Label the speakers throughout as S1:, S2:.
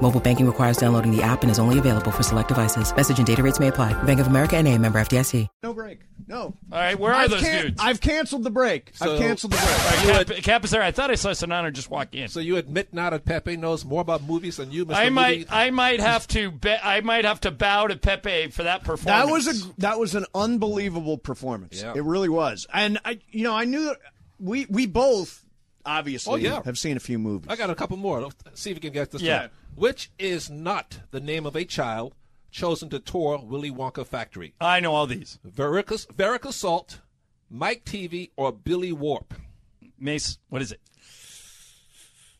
S1: Mobile banking requires downloading the app and is only available for select devices. Message and data rates may apply. Bank of America and a member FDIC.
S2: No break. No.
S3: All right, where are
S2: I've
S3: those
S2: can-
S3: dudes?
S2: I've canceled the break. I've canceled the
S3: All
S2: break.
S3: right, Cap, Cap is there. I thought I saw Sonana just walk in.
S4: So you admit now that Pepe knows more about movies than you, Mr.
S3: I might,
S4: Movie?
S3: I might have to, be, I might have to bow to Pepe for that performance.
S2: That was a that was an unbelievable performance. It really was. And I you know, I knew that we we both obviously
S4: Oh, yeah.
S2: have seen a few movies.
S4: I got a couple more. Let's See if you can get this.
S3: Yeah.
S4: one. Which is not the name of a child chosen to tour Willy Wonka factory?
S3: I know all these.
S4: Verica, Verica Salt, Mike TV, or Billy Warp?
S3: Mace, what is it?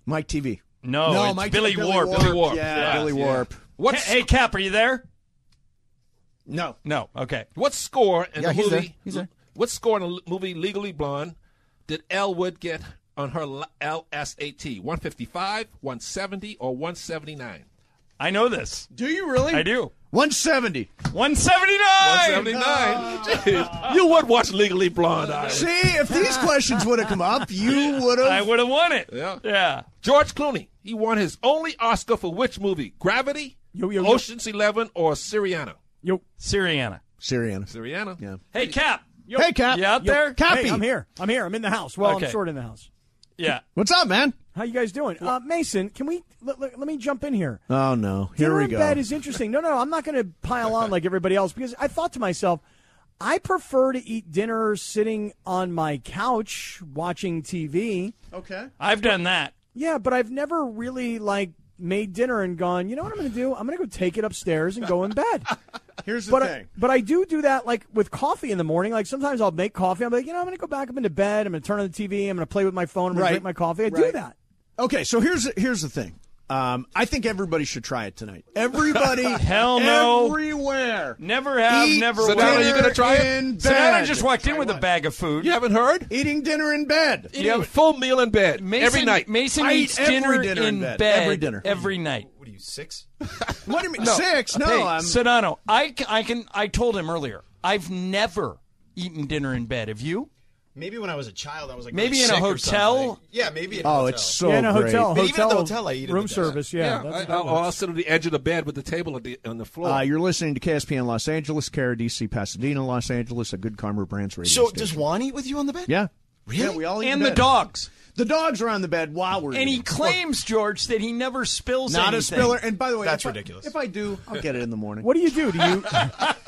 S2: Mike TV.
S3: No, it's
S2: Mike
S3: Billy
S2: TV,
S3: Warp. Billy Warp.
S2: Yeah,
S3: Yeah,
S2: Billy
S4: yeah.
S2: Warp.
S4: What
S3: Hey, hey, Cap, are you there?
S2: No.
S3: No. Oh, Okay.
S4: What score in
S2: Yeah,
S4: the
S2: he's
S4: movie?
S2: there. He's there.
S4: What score in the l- movie Legally Blonde did Elwood get on her l- LSAT? 155, 170, or 179?
S3: I know this.
S2: Do you really?
S3: I do.
S2: 170.
S3: 179.
S4: 179. Jeez. You would watch Legally Blonde. I
S2: Ah. See, if these questions would have come up, you would
S3: I
S2: have
S3: would have won it.
S4: Yeah.
S3: Yeah.
S4: George Clooney. He won his only Oscar for which movie? Gravity,
S5: Yo, yo, yo.
S4: Ocean's Eleven, or Siriana?
S5: Yo,
S3: Syriana.
S2: Syrian.
S4: Siriana.
S2: Yeah.
S3: Hey, Cap.
S2: Hey Cap.
S3: You out
S2: Yo,
S3: there?
S2: Cappy.
S5: hey, I'm here. I'm here. I'm in the house. Well,
S3: Okay.
S5: I'm sort of in the house.
S3: Yeah.
S2: What's up, man?
S5: How you guys doing? Uh, Mason, can we let, let, let me jump in here?
S2: Oh no. Here
S5: Dinner
S2: we
S5: in
S2: go.
S5: Bed is interesting. No, no, I'm not going to pile on like everybody else because I thought to myself, I prefer to eat dinner sitting on my couch watching TV.
S2: okay.
S3: I've done that.
S5: Yeah, but I've never really like made dinner and gone. You know what I'm going to do? I'm going to go take it upstairs and go in bed.
S2: Here's the
S5: but I,
S2: thing.
S5: but I do do that like with coffee in the morning. Like sometimes I'll make coffee. I'm like, you know, I'm going to go back up into bed. I'm going to turn on the TV. I'm going to play with my phone. I'm going
S2: Right.
S5: to drink my coffee. I do
S2: Right.
S5: that.
S2: Okay, so here's here's the thing. Um, I think everybody should try it tonight. Everybody,
S3: Hell no.
S2: everywhere.
S3: Never have,
S2: Eat
S3: never
S4: So
S3: will.
S4: now are you
S2: dinner
S4: gonna try it?
S2: in
S3: So now I
S2: bed.
S3: just walked in with a bag of food.
S4: You haven't heard?
S2: Eating dinner in bed.
S4: You have a full meal in bed
S3: Mason,
S4: every night.
S3: Mason
S2: I eat
S3: eats
S2: every
S3: dinner,
S2: dinner in
S3: in
S2: bed.
S3: bed.
S2: Every dinner.
S3: Every night.
S6: What are you, six?
S2: What do you mean? Six? No,
S3: hey,
S2: I'm.
S3: Sedano, I, c- I can. I told him earlier. I've never eaten dinner in bed. Have you?
S6: Maybe when I was a child, I was like
S3: Maybe
S6: really
S3: in a
S6: sick or
S3: hotel?
S6: something. Yeah, maybe. In a
S2: oh,
S6: hotel.
S2: it's so
S5: yeah, in a
S2: great.
S4: Oh,
S5: hotel,
S6: But
S5: hotel,
S6: even at the hotel, I eat in the
S5: room
S6: bed.
S5: service. Yeah,
S4: I,
S5: that's- that
S4: I'll,
S5: works.
S4: I'll sit on the edge of the bed with the table at the, on the floor.
S2: Uh, you're listening to KSPN Los Angeles, Cara DC, Pasadena, Los Angeles, a Good Karma Brands radio
S6: So
S2: station.
S6: does Juan eat with you on the bed?
S2: yeah,
S6: Really?
S2: Yeah, we all eat
S3: and
S2: in
S3: the
S2: bed.
S3: dogs.
S2: The dogs are on the bed while we're
S3: And he
S2: eating.
S3: claims, George, that he never spills
S2: not
S3: anything.
S2: a spiller. And by the way,
S6: That's
S2: if I-
S6: ridiculous.
S2: if I do, I'll get it in the morning.
S5: What do you do? Do you,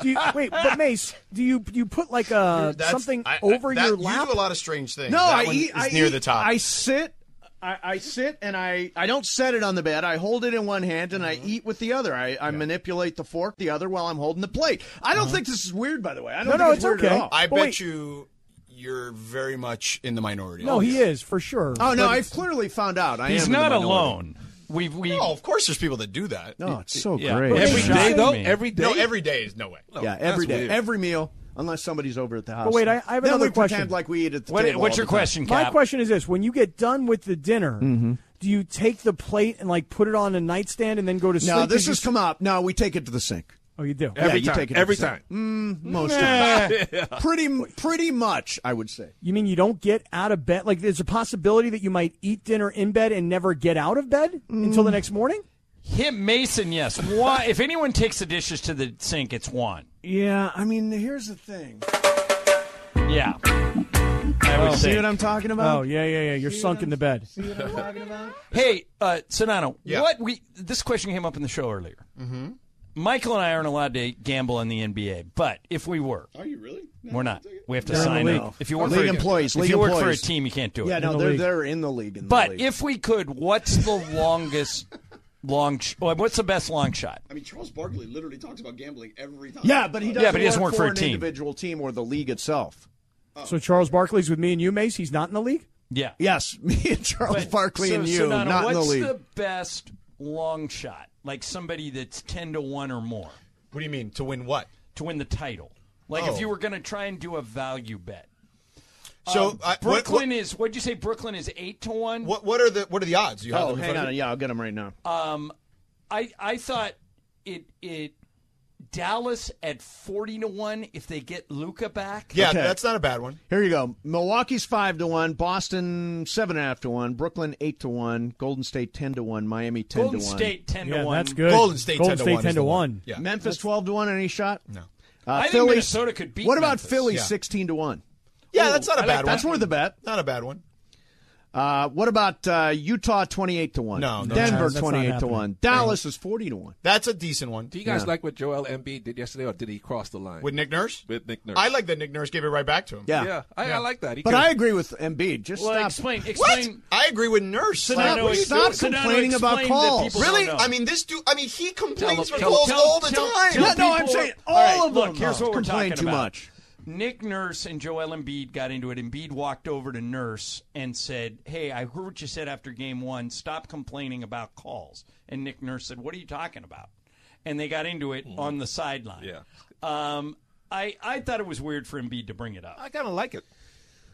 S5: do you wait? But Mace, do you do you put like a
S6: That's-
S5: something
S6: I- I-
S5: over
S6: that-
S5: your lap?
S6: You do a lot of strange things.
S2: No,
S6: That
S2: I
S6: one
S2: eat.
S6: Is
S2: I
S6: near
S2: eat-
S6: the top.
S2: I sit. I, I sit and I, I don't set it on the bed. I hold it in one hand and
S6: Mm-hmm.
S2: I eat with the other. I, I manipulate the fork the other while I'm holding the plate. I don't think this is weird, by the way. I don't
S5: No,
S2: think
S5: no,
S2: it's,
S5: it's
S2: weird
S5: okay.
S2: at all.
S6: Mm-hmm. I
S5: But
S6: bet
S5: wait.
S6: you you're very much in the minority.
S5: no, he is for sure.
S2: oh no, I've clearly found out. I
S3: He's
S2: am in the
S3: not
S2: minority.
S3: alone. We've we.
S6: Oh, of course, there's people that do that.
S2: No, Oh, it's so
S3: Yeah.
S2: great.
S5: But
S4: every
S5: Mason-
S4: day, though?
S3: Me.
S4: Every day?
S6: No, every day is no way.
S2: yeah,
S4: That's
S2: every day,
S4: weird.
S2: every meal, unless somebody's over at the house.
S5: wait, I- I have
S2: then
S5: another
S2: we
S5: question.
S2: pretend like we eat at the
S3: What-
S2: table. all
S3: what's your
S2: the time. Mm-hmm.
S3: question,
S5: My
S3: Cap?
S5: question is this: When you get done with the dinner, do you take the plate and like put it on a nightstand and then go to sleep?
S2: No, this
S5: Did you
S2: has
S5: s-
S2: come up. No, we take it to the sink
S5: Oh, you do.
S4: Every
S2: you
S4: time.
S2: take it Mm,
S4: every
S2: as a-
S4: time.
S2: most of the time. Pretty, pretty much, I would say.
S5: You mean you don't get out of bed? Like, there's a possibility that you might eat dinner in bed and never get out of bed until the
S2: Mm.
S5: next morning?
S3: Him, Mason, yes. Juan, if anyone takes the dishes to the sink, it's Juan.
S2: Yeah, I mean, here's the thing.
S3: Yeah. I would
S2: Oh, See
S3: say.
S2: what I'm talking about?
S5: Oh, yeah, yeah, yeah. You're sunk in the bed.
S3: Hey, uh, Sonano,
S6: Yeah.
S3: what we this question came up in the show earlier. Mm-hmm. Michael and I aren't allowed to gamble in the NBA, but if we were,
S6: Are you really?
S3: we're not. We have to
S5: in
S3: sign
S5: the
S3: up.
S5: league.
S3: If you work
S2: League
S3: for a-
S2: employees,
S3: if
S2: league
S3: you work for a
S2: employees.
S3: team, you can't do it.
S2: Yeah, no,
S5: the
S2: they're
S5: league.
S2: they're in the league. In the
S3: But
S2: league.
S3: if we could, what's the longest long? Sh- well, what's the best long shot?
S7: I mean, Charles Barkley literally talks about gambling every time.
S2: yeah, but he doesn't,
S3: Yeah, but he doesn't work for a
S2: an
S3: team.
S2: individual team or the league itself.
S5: So Charles Barkley's with me and you, Mace. He's not in the league?
S3: Yeah,
S2: Yes, me and Charles
S3: But-
S2: Barkley
S3: so,
S2: and you,
S3: Sonano,
S2: not in the
S3: what's
S2: league.
S3: the best long shot? Like somebody that's ten to one or more
S6: What do you mean to win what?
S3: to win the title. Like
S7: Oh.
S3: if you were going to try and do a value bet. Um,
S7: So I, what,
S3: Brooklyn
S7: what,
S3: is what'd you say? Brooklyn is eight to one.
S7: what what are the what are the odds? You have
S2: Oh,
S7: them in
S2: hang
S7: front of
S2: on.
S7: you?
S2: Yeah, I'll get them right now.
S3: Um, I I thought it it Dallas at forty to one if they get Luca back.
S7: Yeah,
S2: Okay.
S7: that's not a bad one.
S2: Here you go. Milwaukee's five to one. Boston seven and a half to one. Brooklyn eight to one. Golden State ten to one. Miami ten
S3: Golden
S2: to one.
S3: State ten
S5: Yeah,
S3: to one.
S5: that's good.
S7: Golden State 10
S5: Golden
S7: to
S5: State
S7: 1 is
S5: 10 to
S7: the
S5: 1.
S7: one. Yeah.
S2: Memphis twelve to one. Any shot? No. Uh,
S3: I think
S2: Philly-
S3: Minnesota could beat
S2: What about
S3: Memphis.
S2: Philly
S7: Yeah.
S2: sixteen to one?
S7: Yeah, that's not a bad
S2: That's
S7: one.
S2: worth a bet.
S7: Not a bad one.
S2: Uh, what about uh, Utah twenty eight to one?
S7: No, no,
S2: Denver
S5: that's not
S2: twenty eight to
S5: happening.
S2: one. Dallas is forty to one.
S7: That's a decent one.
S4: Do you guys like what Joel Embiid did yesterday, or did he cross the line
S7: With Nick Nurse?
S4: With Nick Nurse.
S7: I like that Nick Nurse gave it right back to him.
S2: Yeah.
S4: Yeah, I, I like that. He
S2: But
S4: could-
S2: I agree with Embiid. Just
S3: Well,
S2: stop.
S3: explain
S7: What?
S3: explain.
S7: I agree with Nurse.
S3: Sedano
S7: Like, what are you
S3: explain-
S2: stop
S7: doing?
S3: Sedano
S2: complaining about
S3: explain that
S2: calls.
S3: people don't
S7: Really?
S3: know.
S7: I mean, this dude. I mean, he complains
S4: Tell-
S7: for
S4: tell-
S7: calls
S4: tell-
S7: all the
S4: tell-
S7: time.
S4: tell-
S2: no, no, I'm
S3: people-
S2: saying oh, all,
S3: right,
S2: of them.
S3: look, here's
S2: though,
S3: what we're
S2: complain
S3: talking
S2: too
S3: about.
S2: much.
S3: Nick Nurse and Joel Embiid got into it. Embiid walked over to Nurse and said, "Hey, I heard what you said after Game One. Stop complaining about calls." And Nick Nurse said, "What are you talking about?" And they got into it on the sideline.
S4: Yeah.
S3: Um, I I thought it was weird for Embiid to bring it up.
S4: I kind of like it.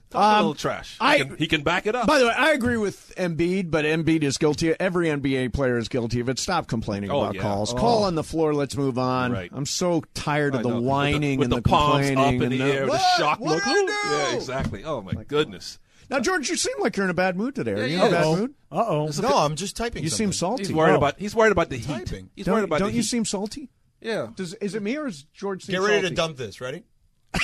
S4: Talk a little trash. He
S2: Um, I-
S4: can- he can back it up.
S2: By the way, I agree with Embiid, but Embiid is guilty. Every NBA player is guilty of it. Stop complaining
S4: Oh,
S2: about
S4: yeah.
S2: calls. Call on the floor. Let's move on.
S4: Right.
S2: I'm so tired
S4: I
S2: of the
S4: know, with
S2: whining
S4: with
S2: and the,
S4: palms
S2: complaining
S4: up in
S2: and
S4: the air, the
S2: What?
S4: shock
S2: What
S4: look.
S2: did I do?
S4: Yeah, exactly. Oh my goodness.
S2: Now, George, you seem like you're in a bad mood today. Are you in a
S4: yeah.
S2: bad
S4: Uh-oh.
S2: mood?
S5: Uh oh.
S7: No, I'm just typing.
S2: You seem salty.
S4: He's worried
S2: Oh.
S4: about. He's worried about the heat.
S7: Typing.
S4: He's
S2: Don't,
S4: worried about
S2: don't
S4: the
S2: you
S4: heat.
S2: seem salty?
S4: Yeah.
S2: Does is it me or is George? Seem
S7: Get ready
S2: salty?
S7: to dump this. Ready?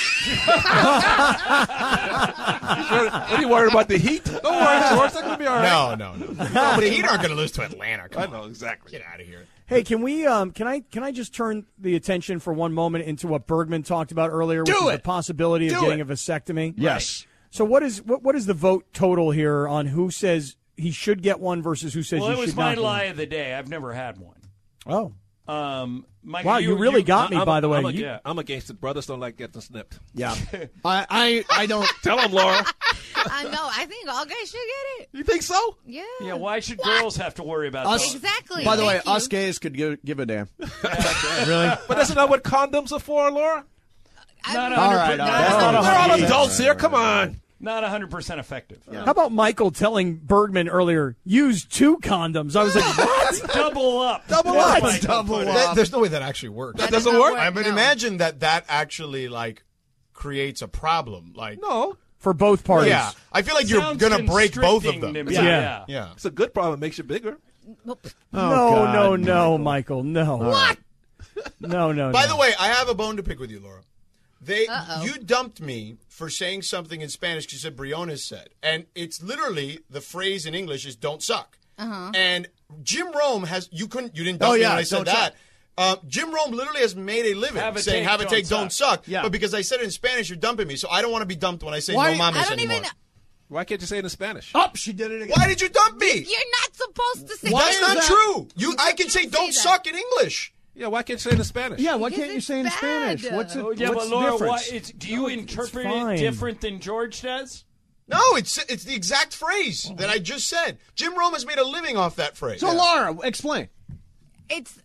S4: He's worried, ain't he worried about the heat? Don't worry, George. That's gonna be all right.
S7: No, no, no. no but the Heat aren't going to lose to Atlanta. Come
S4: I
S7: on.
S4: know exactly.
S7: Get out of here.
S5: Hey, can we? Um, can I? Can I just turn the attention for one moment into what Bergman talked about earlier, which
S2: Do
S5: is the
S2: it.
S5: possibility
S2: Do
S5: of getting
S2: it.
S5: a vasectomy?
S2: Yes.
S5: So what is what what is the vote total here on who says he should get one versus who says
S3: Well,
S5: he
S3: it was
S5: should
S3: my
S5: not? get one?
S3: lie of the day. I've never had one.
S5: Oh,
S3: Um, Michael,
S5: Wow, you really got me,
S4: I'm-
S5: by the way.
S4: I'm, ag-
S5: You-
S4: I'm against it. Brothers don't like getting snipped.
S2: Yeah. I, I I don't.
S4: Tell him, Laura.
S8: I know. I think all guys should get it.
S4: you think so?
S8: Yeah.
S3: Yeah, why should girls have to worry about
S2: Us-
S3: that?
S8: Exactly.
S2: By the way,
S8: Thank you.
S2: us gays could give, give a damn.
S4: But isn't that what condoms are for, Laura?
S8: I-
S3: Not
S2: All right,
S3: 100
S2: all right, all
S4: We're
S2: right.
S4: all adults here. Come on.
S3: not 100% effective.
S5: how about Michael telling Bergman earlier? Use two condoms. I was like, what?
S3: Double up.
S5: Double
S3: That's
S5: up.
S3: my
S2: Double
S3: comfort.
S2: up.
S7: That- there's no way that actually works.
S8: That doesn't work?
S7: I mean,
S8: No.
S7: imagine that that actually like creates a problem. Like,
S4: No,
S5: For both parties.
S7: yeah, I feel like you're
S3: Sounds
S7: going to break both of
S3: constricting
S7: them.
S3: to me.
S5: Yeah.
S3: Yeah.
S7: Yeah.
S4: it's a good problem. It makes you bigger.
S7: Oh,
S5: no,
S2: God,
S5: no, no, Michael, no. What? No, no.
S7: By
S5: no.
S7: the way, I have a bone to pick with you, Laura. They you dumped me for saying something in Spanish because you said Briones said, and it's literally the phrase in English is "don't suck."
S8: Uh-huh.
S7: And Jim Rome has you couldn't you didn't dump
S2: Oh,
S7: me
S2: yeah,
S7: when I said
S2: don't suck.
S7: that. Uh, Jim Rome literally has made a living
S3: Have a
S7: saying
S3: take,
S7: "have a
S3: don't
S7: take, don't
S3: suck."
S7: suck."
S2: Yeah.
S7: But because I said it in Spanish, you're dumping me, so I don't want to be dumped when I say
S2: Why-
S7: "no mames"
S8: I don't
S7: anymore.
S8: even.
S4: Why can't you say it in Spanish?
S2: Oh, she did it again.
S7: Why did you dump me?
S8: You're not supposed to say.
S2: Why
S7: That's
S2: is
S7: not
S2: that-
S7: true. You, I can say
S8: can't
S7: "don't
S8: say that.
S7: suck" in English.
S4: Yeah, why can't you say it in Spanish?
S2: Yeah, why
S8: Because
S2: can't you
S8: it's
S2: say in
S8: bad.
S2: Spanish? What's it?
S3: Oh, yeah,
S2: what's
S3: but Laura,
S2: the difference?
S3: why, it's, do you interpret
S5: fine.
S3: it different than George does?
S7: No, it's it's the exact phrase that I just said. Jim Rome has made a living off that phrase.
S2: so, Laura, explain.
S8: It's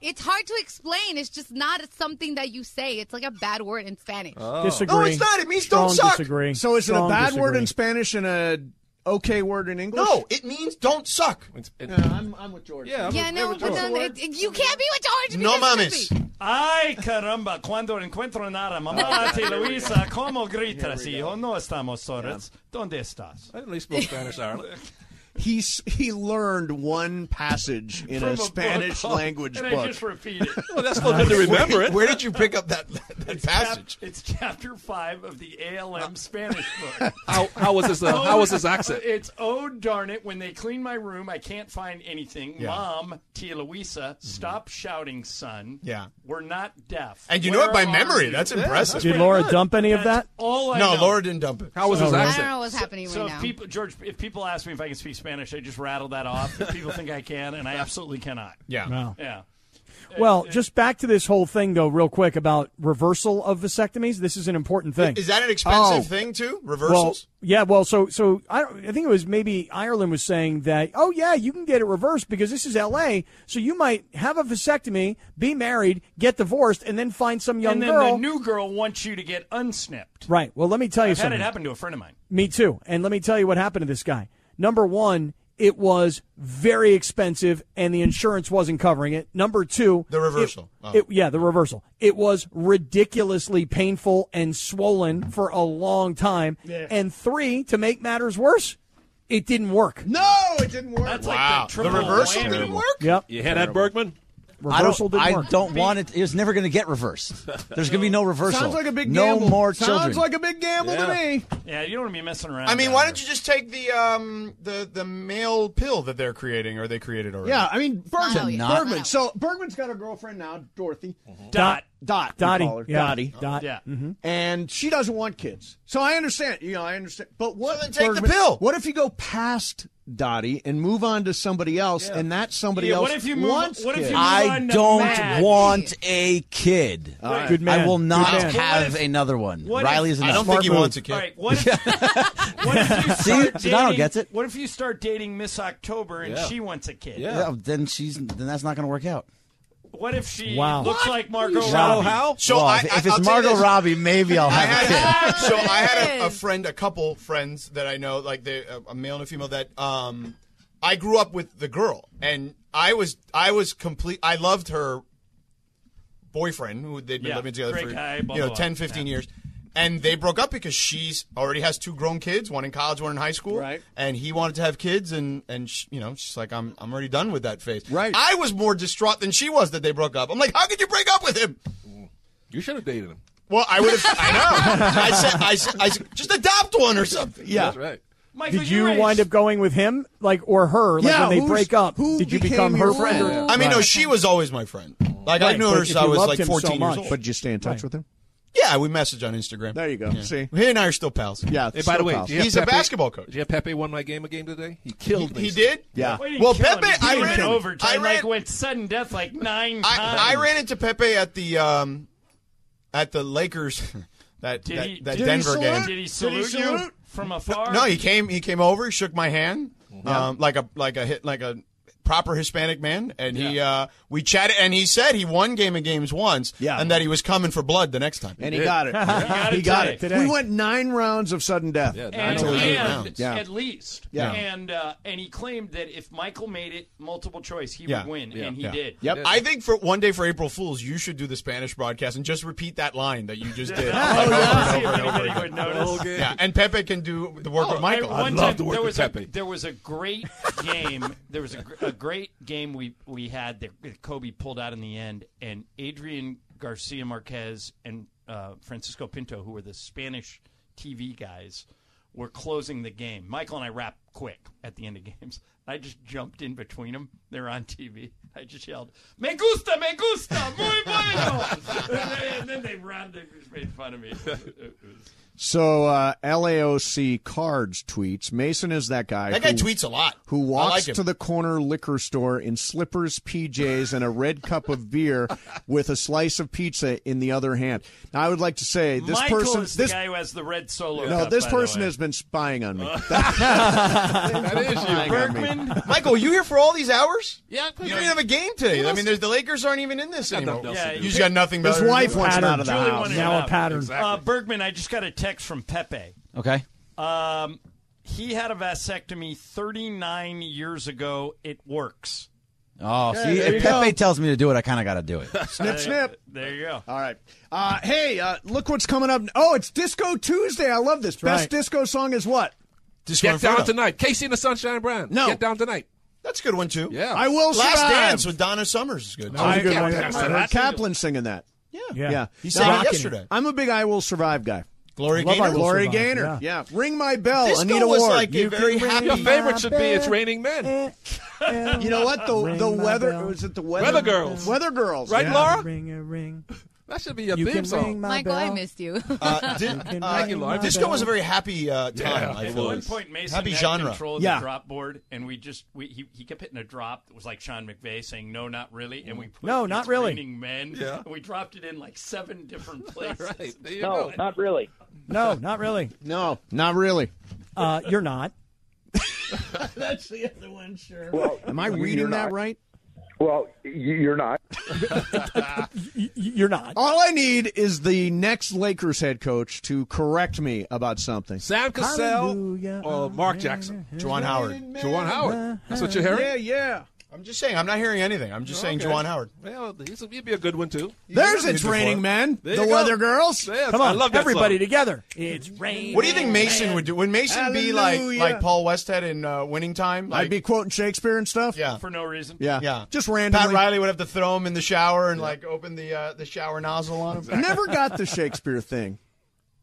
S8: it's hard to explain. It's just not something that you say. It's like a bad word in Spanish.
S4: Oh,
S5: disagree.
S7: No, it's not. It means
S5: Strong
S7: don't suck.
S5: Disagree.
S2: So, is it a
S5: Strong
S2: bad
S5: disagree.
S2: word in Spanish and a okay word in English?
S7: No, it means don't suck.
S4: It's- it-
S2: I'm, I'm with George.
S4: yeah, I'm
S8: yeah,
S4: a-
S8: no,
S4: I'm a
S8: but
S4: George.
S8: then it, it- you can't be with George.
S7: No
S8: because
S7: mames.
S8: Tiffy.
S3: Ay, caramba, cuando encuentro nada, mamá te Luisa, como gritas, hijo, no estamos solos. ¿Dónde estás?
S4: I didn't really speak Spanish, Ireland.
S2: He s- he learned one passage in
S3: From
S2: a
S3: book.
S2: Spanish language
S3: and I
S2: book.
S3: just repeat it.
S4: Well, that's still good to remember it.
S7: Where did you pick up that that passage? Uh,
S3: It's chapter five of the ALM Spanish book. Oh,
S4: How, how was his? Uh, how was his accent?
S3: It's oh darn it! When they clean my room, I can't find anything. Mom, Tia Luisa, stop shouting, son.
S7: Mm-hmm. Yeah.
S3: we're not deaf.
S7: And you know
S3: Where
S7: it by
S3: are
S7: memory.
S3: you?
S7: That's impressive.
S5: Did Laura dump any of
S3: That's
S5: that?
S3: all I
S7: no,
S3: know.
S7: Laura didn't dump it.
S4: How was his
S8: I don't know
S4: accent?
S8: what's happening
S3: So
S8: right now.
S3: if people, George, if people ask me if I can speak Spanish, I just rattle that off. If people think I can, and I absolutely cannot.
S7: Yeah.
S5: Wow.
S3: Yeah.
S5: Well, just back to this whole thing though, real quick about reversal of vasectomies. This is an important thing. Oh,
S7: Is that an
S2: Oh.
S7: expensive thing too? Reversals?
S5: Well, yeah, well, so so I, don't- I think it was maybe Ireland was saying that, oh yeah, you can get it reversed because this is L.A. So you might have a vasectomy, be married, get divorced, and then find some young
S3: and then
S5: girl.
S3: the new girl wants you to get unsnipped.
S5: right. Well, let me tell you
S3: I've had
S5: something.
S3: it happen to a friend of mine.
S5: Me too. And let me tell you what happened to this guy. Number one, it was very expensive, and the insurance wasn't covering it. Number two,
S7: The reversal.
S2: Oh.
S5: it- it- yeah, the reversal. It was ridiculously painful and swollen for a long time. And three, to make matters worse, it didn't work.
S2: No, it didn't work.
S3: That's
S7: Wow.
S3: like the triple
S7: the reversal
S3: whammy.
S7: didn't work.
S5: Yep.
S4: You hear that, Bergman?
S9: I
S5: Reversal
S9: don't.
S5: didn't
S9: I
S5: work.
S9: don't want it. It's never going to get reversed. There's going to be no
S7: Oh.
S9: reversal.
S2: Sounds like a big
S9: no
S2: gamble.
S9: more
S2: Sounds
S9: children.
S2: like a big gamble to
S4: Yeah.
S2: me.
S3: Yeah, you don't want to be messing around.
S7: I mean,
S3: down
S7: why
S3: there.
S7: don't you just take the um the the male pill that they're creating or they created already?
S2: Yeah, I mean
S10: not how
S2: Bergman.
S10: you-
S9: not-
S2: Bergman. So Bergman's got a girlfriend now, Dorothy.
S3: dot?
S2: Dot. we
S5: Dottie.
S2: call her.
S5: Yeah.
S2: Dottie.
S5: Dot. Mm-hmm.
S3: Yeah.
S2: and she doesn't want kids. So I understand. You know, I understand. But what?
S7: So then take the
S2: Bergman-
S7: pill.
S2: What if you go past Dottie and move on to somebody else, and that somebody
S3: Yeah,
S2: else
S3: what if you move-
S2: wants
S3: what if
S2: kids?
S3: you-
S9: I
S3: Run the
S9: don't
S3: match.
S9: want a kid.
S5: Good man.
S9: I will
S5: Good
S9: not
S5: man.
S9: have
S3: What if-
S9: another one.
S3: what if-
S9: Riley is
S7: I
S9: enough.
S7: don't think he
S5: move.
S7: wants a kid.
S3: All right. What if, what if you start
S9: See?
S3: dating,
S9: Donald gets it.
S3: What if you start dating Miss October and she wants a kid?
S9: Yeah, then she's then that's not going to work out.
S3: What if she
S5: Wow.
S3: looks like Margot
S9: Shadow
S3: Robbie?
S9: how?
S7: So
S9: well,
S7: I-
S9: if,
S7: I-
S9: if it's
S7: I'll tell you
S9: Margot
S7: this.
S9: Robbie, maybe I'll
S7: I
S9: have a kid.
S7: had so I had a, a
S10: Yes.
S7: friend, a couple friends that I know, like they, a, a male and a female that um, I grew up with the girl, and I was I was complete. I loved her boyfriend who they'd been
S3: Yeah,
S7: living together
S3: great
S7: for
S3: guy, blah,
S7: you know
S3: blah,
S7: 10, 15 years, and they broke up because she's already has two grown kids, one in college, one in high school,
S2: Right.
S7: And he wanted to have kids, and and sh you know she's like, I'm I'm already done with that phase.
S2: Right.
S7: I was more distraught than she was that they broke up. I'm like, how could you break up with him?
S4: You should have dated him.
S7: Well, I would have. I know. I said, I said, I said, just adopt one or something.
S2: Yeah.
S4: That's right.
S3: Michael,
S5: Did you
S3: raised-
S5: wind up going with him, like, or her, like
S2: Yeah,
S5: when they
S2: who's-
S5: break up?
S2: who
S5: Did you
S2: became
S5: become her
S2: your
S5: friend?
S2: friend?
S5: Or,
S7: I mean, no, she was always my friend. Like I
S5: Right,
S7: knew
S5: but
S7: her
S5: if
S7: since I
S5: you
S7: was
S5: loved
S7: like
S5: him so
S7: 14 years
S5: much-
S7: old.
S2: But did you stay in touch with him?
S7: yeah, we message on Instagram.
S2: There you go. See.
S7: He and I are still pals.
S2: Yeah.
S4: Hey, by the
S2: still
S4: way,
S2: pals.
S4: do you have
S7: He's a
S4: Pepe-
S7: basketball coach.
S4: Did you have Pepe won my game of game today? He killed me.
S7: He did.
S2: Yeah.
S3: Why didn't
S7: Well,
S3: you kill
S7: Pepe,
S3: him? He
S7: I
S3: did
S7: ran
S3: it
S7: him.
S3: overtime.
S7: I
S3: like
S7: ran-
S3: went sudden death like nine times.
S7: I, I ran into Pepe at the um, at the Lakers that
S3: Did
S7: that,
S3: he-
S7: that
S3: did he
S7: Denver
S2: salute?
S7: game.
S3: Did he
S2: Did he
S3: salute you
S2: salute?
S3: from afar?
S7: No, he came. He came over. Shook my hand,
S3: Mm-hmm.
S7: um, like a like a hit like a proper Hispanic man. And he uh, we chatted, and he said he won Game of Games once,
S2: Yeah.
S7: and that he was coming for blood the next time.
S2: And he got it.
S3: got
S2: he
S3: it
S2: got
S3: today.
S2: it. We went nine rounds of sudden death.
S4: Yeah,
S3: and,
S4: nine
S7: eight
S3: and
S7: rounds.
S2: Yeah.
S3: at least.
S2: Yeah.
S3: And uh, and he claimed that if Michael made it multiple choice, he
S7: Yeah.
S3: would win, and he
S7: Yeah.
S3: did.
S2: Yep.
S7: I think for one day for April Fools, you should do the Spanish broadcast and just repeat that line that you just did.
S3: Oh,
S7: Like, over and over and
S3: yeah. See if
S7: over
S3: anybody
S7: again.
S3: would notice.
S4: Okay.
S7: Yeah, and Pepe can do the work with Michael.
S3: I- Oh, one
S4: love
S3: time,
S4: to work
S3: there
S4: with
S3: was a,
S4: Pepe.
S3: There was a great game. There was a, gr- a great game we we had that Kobe pulled out in the end, and Adrian Garcia Marquez and uh, Francisco Pinto, who were the Spanish TV guys, were closing the game. Michael and I wrap quick at the end of games. I just jumped in between them. They're on TV. I just yelled, "Me gusta, me gusta, muy bueno!" and, then, and then they ran. They just made fun of me. It was- it was-
S2: So uh, LAOC cards tweets. Mason is that guy.
S7: that guy
S2: who-
S7: tweets a lot.
S2: who
S7: I like
S2: walks
S7: him.
S2: to the corner liquor store in slippers, PJs, and a red cup of beer with a slice of pizza in the other hand. Now, I would like to say this
S3: Michael
S2: person,
S3: is the
S2: this
S3: guy who has the red solo.
S2: no,
S3: cup,
S2: this
S3: by the
S2: person
S3: way.
S2: has been spying on me.
S4: That is you.
S3: Bergman.
S7: Michael, you here for all these hours?
S4: Yeah,
S7: You don't even have a game today. I mean, there's the Lakers aren't even in this anymore.
S4: nothing else
S3: Yeah, to
S7: you
S3: do.
S7: just got nothing.
S2: His
S7: better to
S2: wife
S7: do.
S2: wants him out of the
S3: Julie
S2: house.
S3: wanted
S5: Now
S3: him
S5: a
S3: out.
S5: pattern.
S3: Uh, Bergman, I just got a text from Pepe.
S9: Okay.
S3: Um, he had a vasectomy 39 years ago. It works.
S9: Oh, see, if Pepe tells me to do it, I kind of got to do it.
S2: Snip, snip.
S3: There you go.
S2: All right. Uh, hey, uh, look what's coming up. Oh, it's Disco Tuesday. I love this. Best
S5: right.
S2: disco song is what?
S7: Disco
S4: Get down
S7: Inferno.
S4: tonight. Casey and the Sunshine Brown.
S2: No.
S4: Get down tonight.
S7: That's a good one too.
S4: Yeah.
S2: I will
S7: Last
S2: survive.
S7: Dance with Donna Summers is good.
S5: was a good
S4: can't
S5: one.
S4: pass
S2: I
S4: that.
S2: heard Kaplan singing that. Yeah.
S5: Yeah.
S2: Yeah.
S7: He
S2: No,
S7: sang
S2: I-
S7: it yesterday.
S2: I'm a big I Will Survive guy.
S7: Gloria
S5: Love
S7: Gaynor.
S5: I Will
S2: Glory
S5: Survive,
S2: Gaynor. Yeah. Ring my bell.
S7: Disco
S2: Anita
S7: was
S2: Ward.
S7: like a
S2: You can
S7: very
S2: ring
S7: happy-
S4: Your
S7: Yeah.
S4: favorite should be It's Raining Men.
S5: Eh,
S2: You know what? The the
S5: Ring my
S2: weather
S5: bell.
S2: was it the weather,
S4: Weather girls.
S2: Weather girls.
S4: Right,
S2: yeah.
S4: Laura?
S5: Ring a ring.
S4: That should be a
S5: You
S4: theme
S5: can
S4: song.
S5: ring my
S8: Michael, I
S5: bell.
S8: missed you.
S6: Uh, did,
S5: Thank you, Lauren.
S6: uh, disco was a very happy uh, time. I
S3: At
S6: feel.
S3: one point, Mason
S6: happy
S3: had
S6: genre.
S3: control of
S5: Yeah.
S3: the drop board, and we just we, he, he kept hitting a drop that was like Sean McVay saying, "No, not really," and we put
S5: No,
S3: It's
S5: not really.
S3: Raining men.
S4: Yeah.
S3: and we dropped it in like seven different places.
S4: Right. There you
S11: No,
S4: go.
S11: not really.
S5: No, not really.
S2: No, not really.
S5: Uh, you're not.
S3: That's the other one, sure.
S11: Well,
S2: Am I
S11: you-
S2: reading
S11: you're
S2: that
S11: not.
S2: right?
S11: Well, y- you're not.
S5: Y- You're not.
S2: All I need is the next Lakers head coach to correct me about something.
S4: Sam Cassell
S5: Hallelujah.
S4: or Mark Jackson?
S6: Juwan Howard.
S4: Jawan Howard. That's what you're hearing?
S2: Yeah, yeah.
S6: I'm just saying. I'm not hearing anything. I'm just saying
S4: Oh, Okay.
S6: Juwan Howard.
S4: Well, he's- he'd be a good one, too.
S2: There's
S6: never
S2: it's
S6: did
S2: raining
S6: before.
S2: men.
S4: There
S2: the
S4: you go.
S2: weather girls.
S4: Yeah,
S5: Come on,
S4: I love that
S5: everybody
S4: song.
S5: together. It's raining.
S6: What do you think Mason would do? Would Mason be like
S2: Hallelujah.
S6: like Paul Westhead in uh, Winning Time? Like,
S2: I'd be quoting Shakespeare and stuff.
S6: yeah,
S3: For no reason.
S2: yeah,
S6: yeah.
S2: Just
S6: Pat
S2: randomly.
S6: Riley would have to throw him in the shower and like open the uh, the shower nozzle on him.
S2: Never got the Shakespeare thing.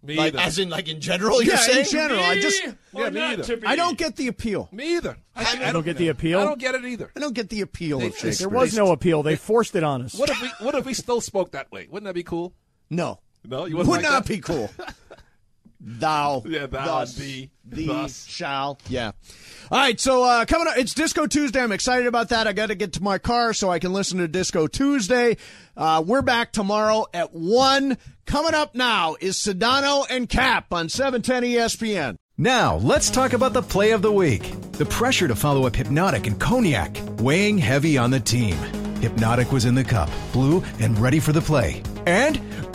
S4: Me
S6: Like
S4: either.
S6: as in like in general, you're
S2: yeah,
S6: saying
S2: in general, I just
S4: Yeah, me either.
S2: I don't get the appeal.
S4: Me either. I, I
S5: don't get the appeal?
S4: I don't get it either.
S2: I don't get the appeal
S4: They-
S2: of Shakespeare.
S5: There was no appeal. They forced it on us.
S4: What if we What if we still spoke that way? Wouldn't that be cool?
S2: no.
S4: No, you
S2: Would
S4: wouldn't like
S2: not
S4: that?
S2: be cool. Thou,
S4: Yeah, thou,
S2: thus,
S4: thee,
S2: thee,
S4: thus.
S2: shall, yeah. All right, so uh, coming up, it's Disco Tuesday. I'm excited about that. I got to get to my car so I can listen to Disco Tuesday. Uh, we're back tomorrow at one. Coming up now is Sedano and Cap on E 710 ESPN.
S12: Now, let's talk about the play of the week. The pressure to follow up Hypnotic and Cognac, weighing heavy on the team. Hypnotic was in the cup, blue, and ready for the play. And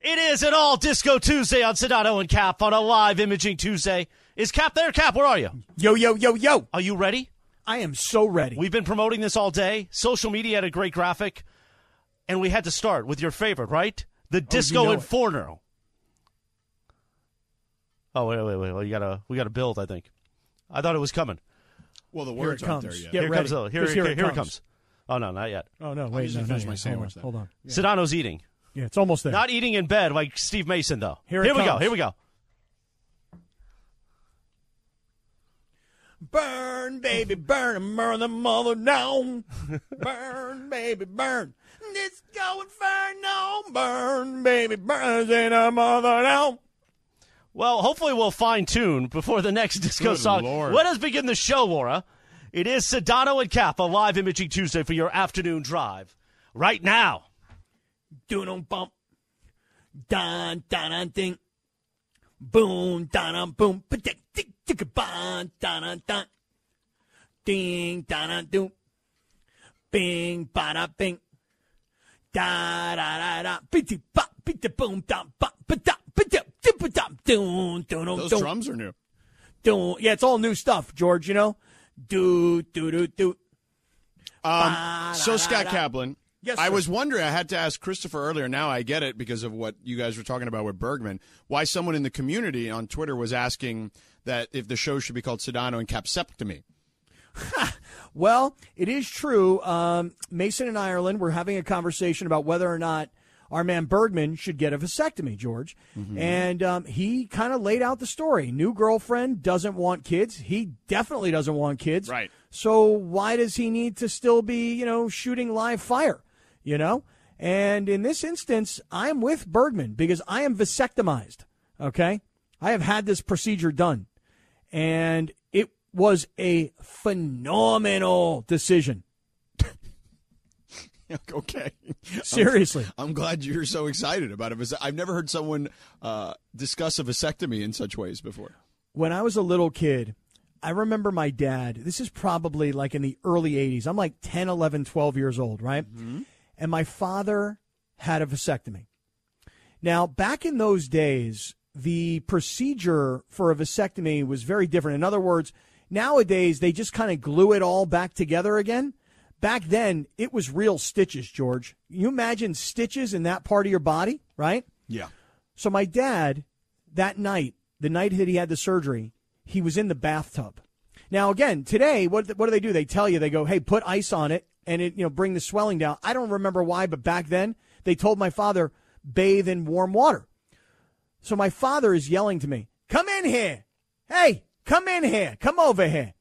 S9: It is an all disco Tuesday on Sedano and Cap on a live imaging Tuesday. Is Cap there? Cap, where are you?
S5: Yo, yo, yo, yo.
S9: Are you ready?
S5: I am so ready.
S9: We've been promoting this all day. Social media had a great graphic, and we had to start with your favorite, right? The Disco
S5: Oh, know it.
S9: Inferno. Oh wait, wait, wait! We gotta, we gotta build. I think. I thought it was coming.
S6: Well, the
S5: Here it comes. Get
S9: here
S5: ready.
S9: comes. the- Here,
S5: Just
S9: here, here, it comes. Oh no, not yet.
S5: Oh, no, wait. No, no,
S6: finish
S5: yeah,
S6: my sandwich then.
S5: Hold on. Hold on.
S9: Sedano's eating.
S5: Yeah, it's almost there.
S9: Not eating in bed like Steve Mason though.
S5: Here it
S9: we go.
S5: comes.
S9: Here we go.
S5: Burn, baby, burn, and burn the mother down. burn, baby, burn. This going inferno. Burn, baby, burn the mother down.
S9: Well, hopefully we'll fine tune before the next disco song. Let us begin the show, Laura. It is Sedano and Cap, a live imaging Tuesday for your afternoon drive. Right now.
S5: Doodle bump. Dun, dun, dun, ding. Boom, dun, dun, boom. Tick, tick, tick, bun, dun, dun, dun. Ding, dun, dun, doom. Bing, ba, da, bing. Da, da, da, da. Bitty, bop, bitty, boom, dum, bop, ba, da, ba, da, da, ba, da, doom, doodle,
S2: Those
S5: doom.
S2: drums are new.
S5: Dun. Yeah, it's all new stuff, George, you know? Do, do, do, do.
S7: Um, so Scott Kaplan,
S5: Yes,
S7: I
S5: sir.
S7: was wondering. I had to ask Christopher earlier. Now I get it because of what you guys were talking about with Bergman. Why someone in the community on Twitter was asking that if the show should be called Sedano and Capsectomy.
S5: Well, it is true. Um, Mason in Ireland were having a conversation about whether or not our man Bergman should get a vasectomy, George. And um, he kind of laid out the story. New girlfriend doesn't want kids. He definitely doesn't want kids.
S7: Right.
S5: So why does he need to still be, you know, shooting live fire, you know? And in this instance, I'm with Bergman because I am vasectomized. Okay. I have had this procedure done and it was a phenomenal decision.
S7: okay.
S5: Seriously.
S7: I'm glad you're so excited about it. I've never heard someone uh, discuss a vasectomy in such ways before.
S5: When I was a little kid, I remember my dad. This is probably like in the early 80s. I'm like 10, 11, 12 years old, right? And my father had a vasectomy. Now, back in those days, the procedure for a vasectomy was very different. In other words, nowadays they just kind of glue it all back together again. Back then, it was real stitches, George. You imagine stitches in that part of your body, right?
S7: Yeah.
S5: So my dad, that night, the night that he had the surgery, he was in the bathtub. Now again, today, what what do they do? They tell you they go, hey, put ice on it and it you know bring the swelling down. I don't remember why, but back then they told my father bathe in warm water. So my father is yelling to me, come in here, hey, come in here, come over here.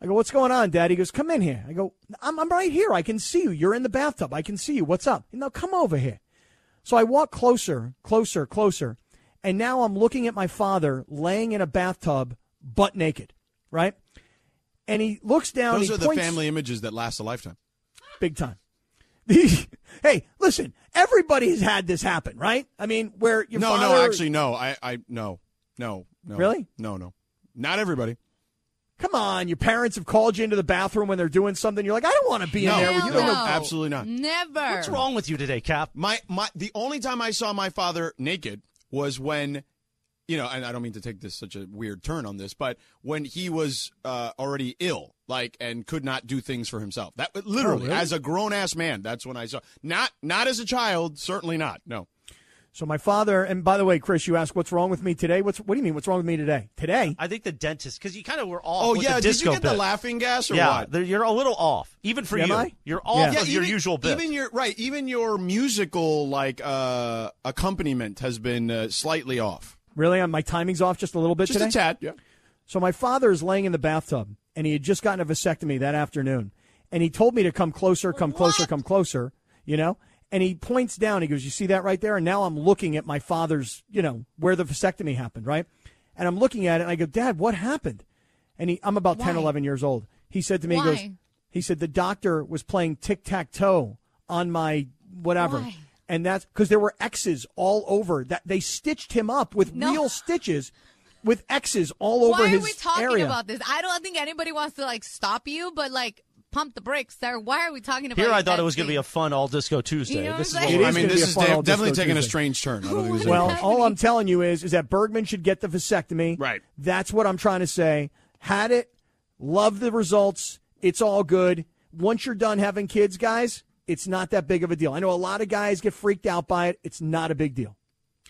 S5: I go, what's going on, Dad? He goes, come in here. I go, I'm, I'm right here. I can see you. You're in the bathtub. I can see you. What's up? Now come over here. So I walk closer, closer, closer. And now I'm looking at my father laying in a bathtub, butt naked, right? And he looks down.
S7: Those
S5: he
S7: are the
S5: points,
S7: family images that last a lifetime.
S5: Big time. hey, listen, everybody has had this happen, right? I mean, where your
S7: no,
S5: father.
S7: no, actually, no. I, I, no, no, no.
S5: Really?
S7: No, no. Not everybody.
S5: Come on, your parents have called you into the bathroom when they're doing something. You're like, I don't want to be in there with you.
S7: No,
S5: I know-
S7: absolutely not.
S8: Never.
S9: What's wrong with you today, Cap?
S7: My, my. The only time I saw my father naked was when, you know, and I don't mean to take this such a weird turn on this, but when he was uh, already ill, like, and could not do things for himself. That uh, literally,
S5: Oh, really?
S7: as a grown ass man, that's when I saw. Not, not as a child, certainly not. No.
S5: So my father, and by the way, Chris, you asked what's wrong with me today. What's what do you mean? What's wrong with me today? Today,
S9: I think the dentist, because you kind of were off.
S7: Oh,
S9: with
S7: yeah,
S9: the
S7: did you
S9: disco
S7: get the
S9: bit.
S7: laughing gas or
S9: yeah,
S7: what?
S9: there- You're a little off, even for
S5: Am
S9: you.
S5: I?
S9: You're off
S7: Yeah,
S9: of your
S7: even-
S9: usual bit.
S7: Even your right, even your musical like uh, accompaniment has been uh, slightly off.
S5: really, on my timing's off just a little bit
S7: Just
S5: today.
S7: a tad. Yeah.
S5: So my father is laying in the bathtub, and he had just gotten a vasectomy that afternoon, and he told me to come closer, come closer, come closer. You know, and he points down. He goes, "You see that right there?" And now I'm looking at my father's, you know, where the vasectomy happened, right? And I'm looking at it, and I go, "Dad, what happened?" And he, I'm about 10,
S8: Why?
S5: 11 years old. He said to me, "He goes."
S8: Why?
S5: He said the doctor was playing tic tac toe on my whatever.
S8: Why?
S5: And that's because there were X's all over that they stitched him up with
S8: No.
S5: real stitches with X's all over
S8: Why
S5: his
S8: are we talking
S5: area.
S8: about this? I don't think anybody wants to like stop you, but like pump the brakes, sir. Why are we talking about
S9: Here, I thought it was going to be
S8: testing?
S9: a fun all disco Tuesday.
S8: know
S9: this is
S8: what
S9: what
S8: I'm saying?
S9: we're
S7: I
S5: is
S7: mean,
S5: gonna be
S7: this
S5: a
S7: is
S5: fun
S7: de-
S5: old
S7: definitely
S5: disco
S7: taking a
S5: Tuesday.
S7: strange turn. I don't think there's
S5: Well,
S7: anything-
S5: all I'm telling you is is that Bergman should get the vasectomy.
S7: Right.
S5: That's what I'm trying to say. Had it, love the results. It's all good. Once you're done having kids, guys, it's not that big of a deal. I know a lot of guys get freaked out by it. It's not a big deal.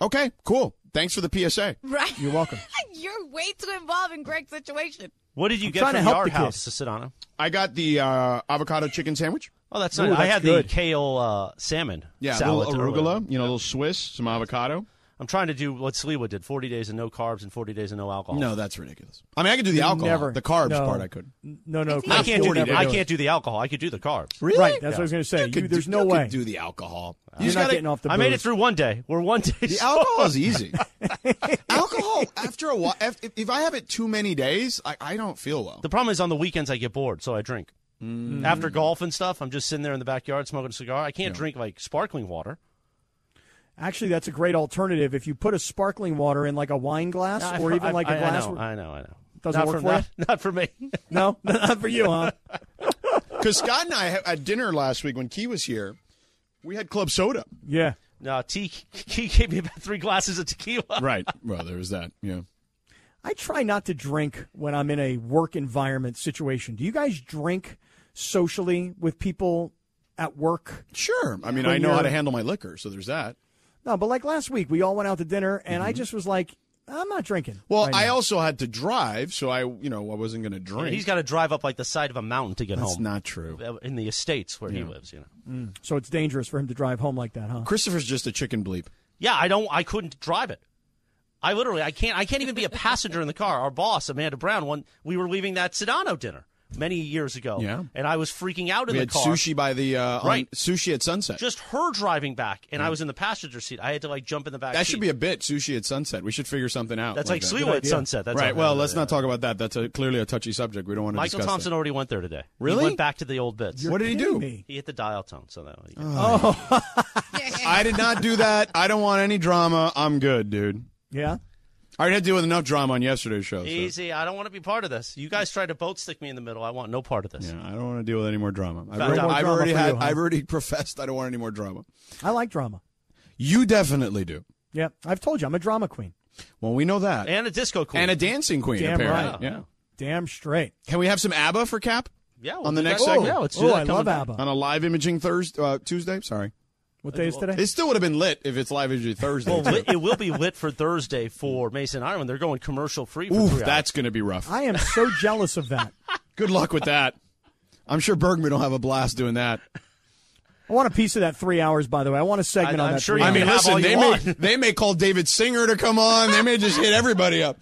S7: okay, cool. Thanks for the PSA.
S8: right.
S5: You're welcome.
S8: You're way too involved in Greg's situation.
S9: What did you get
S5: trying
S9: from
S5: to help
S9: Yard
S5: the kid.
S9: House, Sedano?
S7: I got the uh, avocado chicken sandwich.
S9: Oh, that's
S5: Ooh,
S9: nice. I
S5: that's
S9: had
S5: good.
S9: the kale uh, salmon
S7: Yeah, a
S9: salad
S7: little
S9: earlier.
S7: arugula, you know, a little Swiss, some avocado.
S9: I'm trying to do what Sliwa did: 40 days and no carbs and 40 days and no alcohol.
S7: No, that's ridiculous. I mean, I could do the alcohol,
S5: Never.
S7: the carbs
S5: No.
S7: part. I could.
S5: No, no,
S8: It's
S9: I
S5: Chris,
S9: can't
S5: you'll
S9: do.
S5: never
S9: The, I
S5: it.
S9: can't do the alcohol. I could do the carbs.
S7: Really?
S5: Right, that's what I was gonna say.
S7: You could
S5: You- there's
S7: do-
S5: no
S7: you
S5: way.
S7: could do the alcohol. You
S5: You're
S7: just
S5: not
S7: gotta-
S5: getting off the.
S9: I made it
S5: booze.
S9: through one day. We're one day.
S7: The
S9: short.
S7: alcohol is easy. alcohol after a while, if, if I have it too many days, I, I don't feel well. Mm.
S9: The problem is on the weekends I get bored, so I drink. After golf and stuff, I'm just sitting there in the backyard smoking a cigar. I can't drink like sparkling water.
S5: Actually, that's a great alternative. If you put a sparkling water in like a wine glass
S9: I-
S5: or even like
S9: I-
S5: a glass.
S9: I know, I know, I know.
S5: Doesn't
S9: not
S5: work
S9: for,
S5: for you?
S9: not, not for me.
S5: No, not for you, huh?
S7: Because Scott and I ha- at dinner last week when Key was here, we had club soda.
S5: Yeah.
S9: no, T he gave me about three glasses of tequila.
S7: Right. Well, there was that. Yeah.
S5: I try not to drink when I'm in a work environment situation. Do you guys drink socially with people at work?
S7: Sure. I mean,
S5: When
S7: I know how
S5: you're-
S7: to handle my liquor, so there's that.
S5: No, but like last week, we all went out to dinner, and I just was like, I'm not drinking.
S7: Mm-hmm. Well,
S5: right
S7: I
S5: now.
S7: also had to drive, so I, you know, I wasn't going to drink.
S9: He's got to drive up like the side of a mountain to get
S7: That's
S9: home.
S7: not true.
S9: in the estates where he lives, you know.
S5: Mm. so it's dangerous for him to drive home like that, huh?
S7: Christopher's just a chicken bleep.
S9: Yeah, I don't. I couldn't drive it. I literally, I can't. I can't even be a passenger in the car. Our boss, Amanda Brown, one we were leaving that Sedano dinner many years
S5: Oh.
S9: ago.
S7: Yeah.
S9: and I was freaking out
S7: we
S9: in the
S7: had
S9: car.
S7: sushi by the uh, on-
S9: Right.
S7: sushi at sunset.
S9: Just her driving back, and I was in the passenger seat. I had to like jump in the back.
S7: that should be a bit. Sushi at sunset. We should figure something out.
S9: That's like,
S7: that.
S9: Sliwa at sunset. That's
S7: right.
S9: all.
S7: Well, let's not talk about that. That's a, clearly a touchy subject. We don't want to
S9: Michael
S7: discuss
S9: Thompson already went there today.
S7: Really?
S9: He went back to the old bits.
S7: What did he do?
S5: Kidding me.
S9: He hit the dial tone. So that.
S5: Oh.
S7: I did not do that. I don't want any drama. I'm good, dude.
S5: Yeah.
S7: I already had to deal with enough drama on yesterday's show. Oh, so-
S9: Easy. I don't want to be part of this. You guys tried to boat stick me in the middle. I want no part of this.
S7: Yeah, I don't want to deal with any more drama. I've,
S9: No
S7: already-
S9: more
S7: I've
S5: drama
S7: already
S5: for
S7: had.
S5: you, huh?
S7: I've already professed. I don't want any more drama.
S5: I like drama.
S7: You definitely do.
S5: Yeah. I've told you, I'm a drama queen.
S7: Well, we know that.
S9: And a disco queen.
S7: And a dancing queen,
S5: Damn
S7: apparently.
S5: right.
S7: Yeah.
S5: Damn straight.
S7: Can we have some ABBA for Cap
S9: yeah, we'll
S7: on the
S9: do
S7: next
S9: that.
S7: segment?
S9: Yeah, let's do
S5: Oh,
S9: that
S5: I
S9: coming
S5: love
S9: back.
S5: ABBA.
S7: on a live imaging Thursday uh, Tuesday? Sorry.
S5: What day is today?
S7: It still would have been lit if it's live imagery Thursday.
S9: Well,
S7: too.
S9: lit, it will be lit for Thursday for Mason Ireland. They're going commercial free. For
S7: Oof,
S9: three hours.
S7: that's going to be rough.
S5: I am so jealous of that.
S7: Good luck with that. I'm sure Bergman will have a blast doing that.
S5: I want a piece of that three hours. By the way, I want a segment on that. three
S7: I mean,
S5: hours.
S7: listen, they may they may call David Singer to come on. They may just hit everybody up.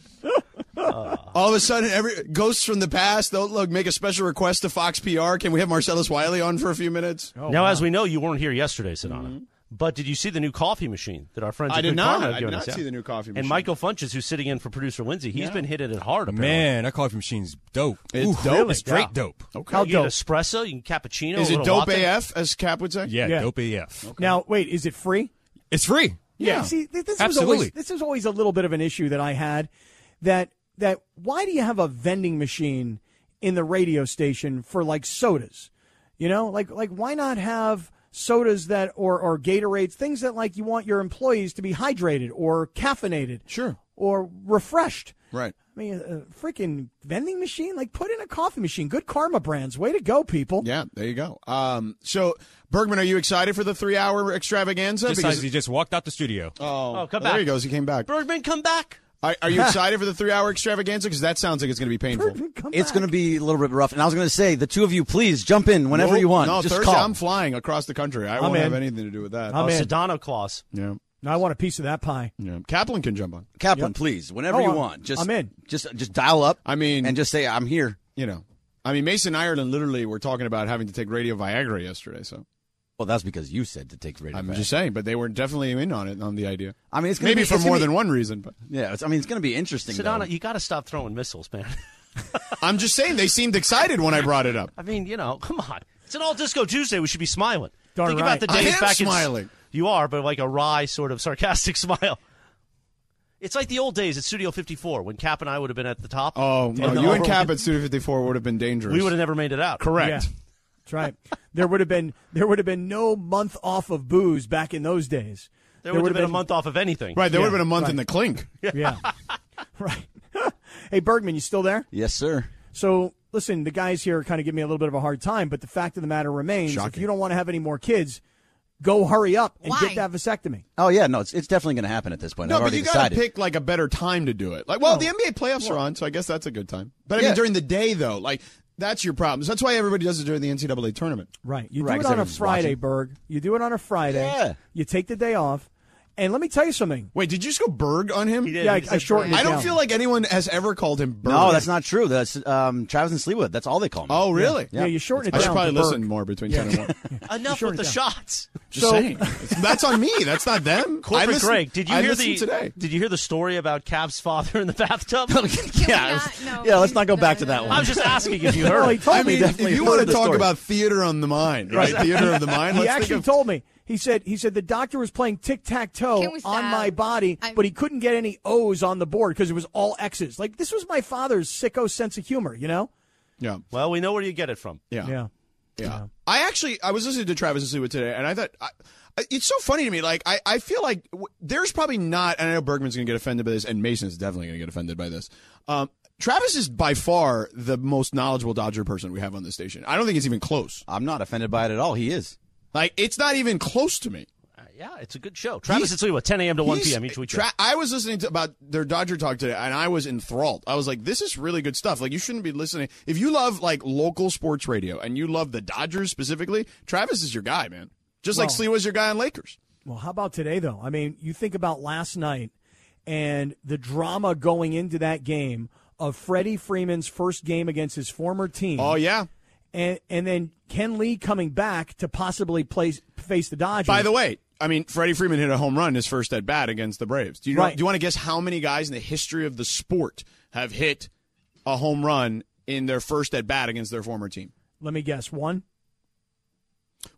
S7: All of a sudden, every ghosts from the past. They'll look, make a special request to Fox PR. Can we have Marcellus Wiley on for a few minutes?
S13: Oh,
S9: now, as we know, you weren't here yesterday, Sedona. But did you see the new coffee machine that our friends?
S7: Mm-hmm. I
S9: at
S7: did
S9: Good
S7: not.
S9: Karma have
S7: I did
S9: given
S7: not
S9: us? Yeah.
S7: see the new coffee
S9: And
S7: machine.
S9: Michael Funches, who's sitting in for producer Lindsay, he's
S7: Yeah.
S9: been hitting it hard. Apparently.
S13: Man, that coffee machine's dope.
S7: It's
S13: Oof,
S7: dope?
S13: It's straight
S9: Yeah.
S13: dope.
S9: Okay. How you dope? espresso, you can cappuccino.
S7: Is
S9: a
S7: it
S9: little
S7: dope
S9: latte.
S7: AF, as Cap would say?
S13: Yeah, dope AF.
S5: Now, wait, is it free?
S13: It's free.
S5: Yeah. See, th- this
S13: Absolutely.
S5: was always this was always a little bit of an issue that I had. That that why do you have a vending machine in the radio station for like sodas? You know, like like why not have sodas that or or Gatorades, things that like you want your employees to be hydrated or caffeinated,
S7: sure,
S5: or refreshed.
S7: Right.
S5: I mean, a, a freaking vending machine? Like, put in a coffee machine. Good karma brands. Way to go, people.
S7: Yeah, there you go. Um, so, Bergman, are you excited for the three-hour extravaganza?
S13: Just as he just walked out the studio.
S7: oh,
S9: Oh, come
S7: there
S9: back.
S7: he goes. He came back.
S9: Bergman, come back.
S7: Are, are you excited for the three-hour extravaganza? Because that sounds like it's going to be painful.
S14: It's going to be a little bit rough. And I was going to say, the two of you, please jump in whenever
S7: No,
S14: you want.
S7: No,
S14: Just
S7: Thursday
S14: call.
S7: I'm flying across the country. I
S5: I'm
S7: won't have
S5: in.
S7: anything to do with that.
S5: I'm
S9: oh,
S5: in.
S9: Sedano Claus.
S7: Yeah,
S5: Now, I want a piece of that pie.
S7: yeah. Kaplan can jump on.
S14: Kaplan, please, whenever
S5: Oh,
S14: you
S5: I'm-
S14: want. Just
S5: I'm in.
S14: Just just dial up.
S7: I mean,
S14: and just say I'm here.
S7: you know, I mean, Mason Ireland literally were talking about having to take Radio Viagra yesterday. So
S14: Well, that's because you said to take radio.
S7: I'm
S14: back.
S7: just saying, but they were definitely in on it on the idea.
S14: I mean, it's gonna
S7: maybe
S14: be-
S7: for
S14: it's
S7: more
S14: gonna
S7: than
S14: be-
S7: one reason. But
S14: Yeah, it's, I mean, it's going to be interesting.
S9: Sedano,
S14: though.
S9: you got to stop throwing missiles, man.
S7: I'm just saying they seemed excited when I brought it up.
S9: I mean, you know, come on. It's an all disco Tuesday. We should be smiling.
S5: Darn
S9: Think
S5: right.
S9: about the
S7: I
S9: days
S7: am
S9: back
S7: smiling.
S9: in. You are, but like a wry sort of sarcastic smile. It's like the old days at Studio 54 when Cap and I would have been at the top.
S7: Oh, no,
S9: the
S7: you and
S9: overall-
S7: Cap at Studio 54 would have been dangerous.
S9: We would have never made it out.
S7: correct.
S5: Yeah. That's right. there would have been there would have been no month off of booze back in those days.
S9: There, would have been a month off of anything.
S7: Right, there
S5: Yeah,
S7: would have been a month in the clink.
S5: Yeah. right. hey Bergman, you still there?
S14: yes, sir.
S5: So listen, the guys here kind of give me a little bit of a hard time, but the fact of the matter remains: if
S7: Shocking.
S5: you don't want to have any more kids, go hurry up and
S8: Why?
S5: get that vasectomy.
S14: Oh yeah, no, it's, it's definitely going to happen at this point.
S7: No,
S14: I've
S7: but
S14: already
S7: you got to
S14: decided.
S7: pick like a better time to do it. Like, well, the NBA playoffs are on, so I guess that's a good time. But I
S14: Yeah.
S7: mean, during the day though, like that's your problems. That's why everybody does it during the NCAA tournament.
S5: Right. You
S14: Right,
S5: do it
S14: 'cause
S5: on a
S14: everyone's
S5: Friday,
S14: watching.
S5: Berg. You do it on a Friday.
S14: Yeah.
S5: You take the day off, and let me tell you something.
S7: Wait, did you just go Berg on him?
S9: did.
S5: Yeah, I,
S9: he
S5: I
S9: said
S5: shortened.
S7: I
S5: it
S7: don't
S5: down.
S7: feel like anyone has ever called him Berg.
S14: no, that's not true. That's um, Travis and Sleewood. That's all they call me.
S7: Oh, really?
S5: Yeah, you shorten it
S7: I
S5: down.
S7: should probably
S5: to Berg.
S7: listen more between ten and one.
S9: Enough
S5: Sure
S9: with the
S5: down.
S9: shots.
S7: Just
S5: So-
S7: saying, It's- that's on me. That's not them. I
S9: Corporate
S7: listened-
S9: Greg, did you
S7: I
S9: hear the
S7: listened today?
S9: Did you hear the story about Cap's father in the bathtub?
S14: yeah,
S8: not? No,
S14: yeah. Let's not go
S8: no,
S14: back to
S8: no,
S14: that
S8: no.
S14: one.
S9: I was just asking if you
S5: Well,
S9: heard.
S5: he
S9: it.
S5: told
S7: I
S5: me
S7: mean,
S5: that-
S7: if
S14: definitely
S7: you
S14: heard
S7: want to
S14: the
S7: talk
S14: story.
S7: about theater on the mind, right? Theater of the mind.
S5: he
S7: Let's
S5: actually
S7: think of
S5: told me. He said he said the doctor was playing tic tac toe
S8: Can we stop?
S5: on my body,
S8: I'm-
S5: but he couldn't get any O's on the board because it was all X's. Like this was my father's sicko sense of humor, you know?
S7: yeah,
S9: Well, we know where you get it from.
S7: yeah, Yeah. I actually I was listening to Travis and Sleewood today, and I thought I, I- it's so funny to me. Like I, I feel like w- there's probably not. And I know Bergman's going to get offended by this, and Mason's definitely going to get offended by this. Um, Travis is by far the most knowledgeable Dodger person we have on the station. I don't think it's even close.
S14: I'm not offended by it at all. He is.
S7: Like it's not even close to me.
S9: Uh, yeah, it's a good show. Travis, it's what 10 a.m. to 1
S7: He's-
S9: p.m. each weekday.
S7: Tra- I was listening to about their Dodger talk today, and I was enthralled. I was like, "This is really good stuff." Like, you shouldn't be listening if you love like local sports radio and you love the Dodgers specifically. Travis is your guy, man. Just like Slee was your guy on Lakers.
S5: Well, how about today though? I mean, you think about last night and the drama going into that game of Freddie Freeman's first game against his former team.
S7: Oh yeah.
S5: And and then Ken Lee coming back to possibly play face the Dodgers.
S7: By the way, I mean Freddie Freeman hit a home run his first at bat against the Braves. Do you know,
S5: Right.
S7: do you want to guess how many guys in the history of the sport have hit a home run in their first at bat against their former team?
S5: let me guess, one.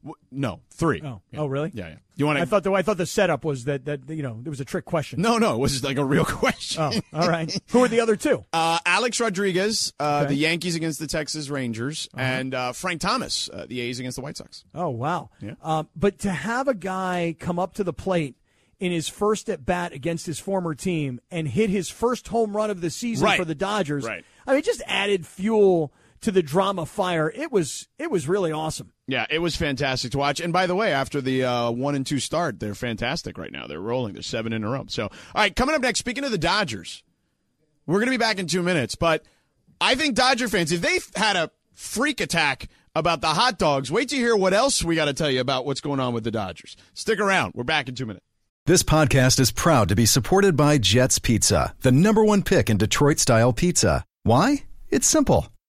S7: W- no, three.
S5: Oh,
S7: yeah.
S5: oh really?
S7: yeah, yeah. You want
S5: I
S7: to?
S5: thought the I thought the setup was that that you know there was a trick question.
S7: No, no, it was just like a real question.
S5: Oh, all right. Who are the other two?
S7: Uh, Alex Rodriguez, uh, the Yankees against the Texas Rangers, and uh, Frank Thomas, uh, the A's against the White Sox.
S5: Uh-huh. Oh wow.
S7: Yeah.
S5: Um, but to have a guy come up to the plate in his first at bat against his former team and hit his first home run of the season
S7: Right.
S5: for the Dodgers,
S7: Right.
S5: I mean, it just added fuel to the drama fire. It was it was really awesome.
S7: Yeah, it was fantastic to watch. And by the way, after the uh, one and two start, they're fantastic right now. They're rolling. They're seven in a row. So, all right, coming up next. Speaking of the Dodgers, we're going to be back in two minutes. But I think Dodger fans, if they had a freak attack about the hot dogs, wait to hear what else we got to tell you about what's going on with the Dodgers. Stick around. We're back in two minutes.
S12: This podcast is proud to be supported by Jets Pizza, the number one pick in Detroit style pizza. Why? It's simple.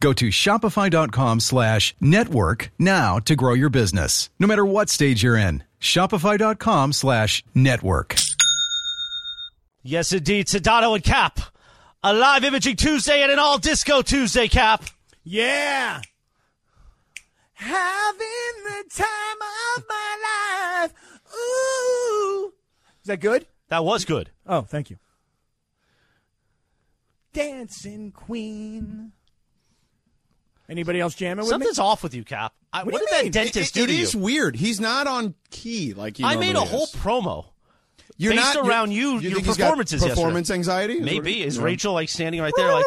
S12: Go to shopify.com slash network now to grow your business, no matter what stage you're in. Shopify.com slash network.
S9: Yes, indeed. Sedano and Cap. A live imaging Tuesday and an all disco Tuesday, Cap.
S5: Yeah. Having the time of my life. Ooh. Is that good?
S9: That was good.
S5: Oh, thank you. Dancing Queen. Anybody else jamming with
S9: Something's
S5: me?
S9: off with you, Cap. I, what
S5: do you
S9: did that
S5: mean?
S9: dentist
S7: It-
S9: do to
S7: it is
S9: you?
S7: weird. He's not on key like he
S9: I made a
S7: normally
S9: whole
S7: is.
S9: promo
S7: You're
S9: based
S7: not-
S9: around
S7: you-
S9: you,
S7: you
S9: your
S7: think he's got
S9: performances yesterday.
S7: performance anxiety? Is what
S9: Maybe.
S7: it-
S9: Is
S7: Yeah.
S9: Rachel like standing right there like,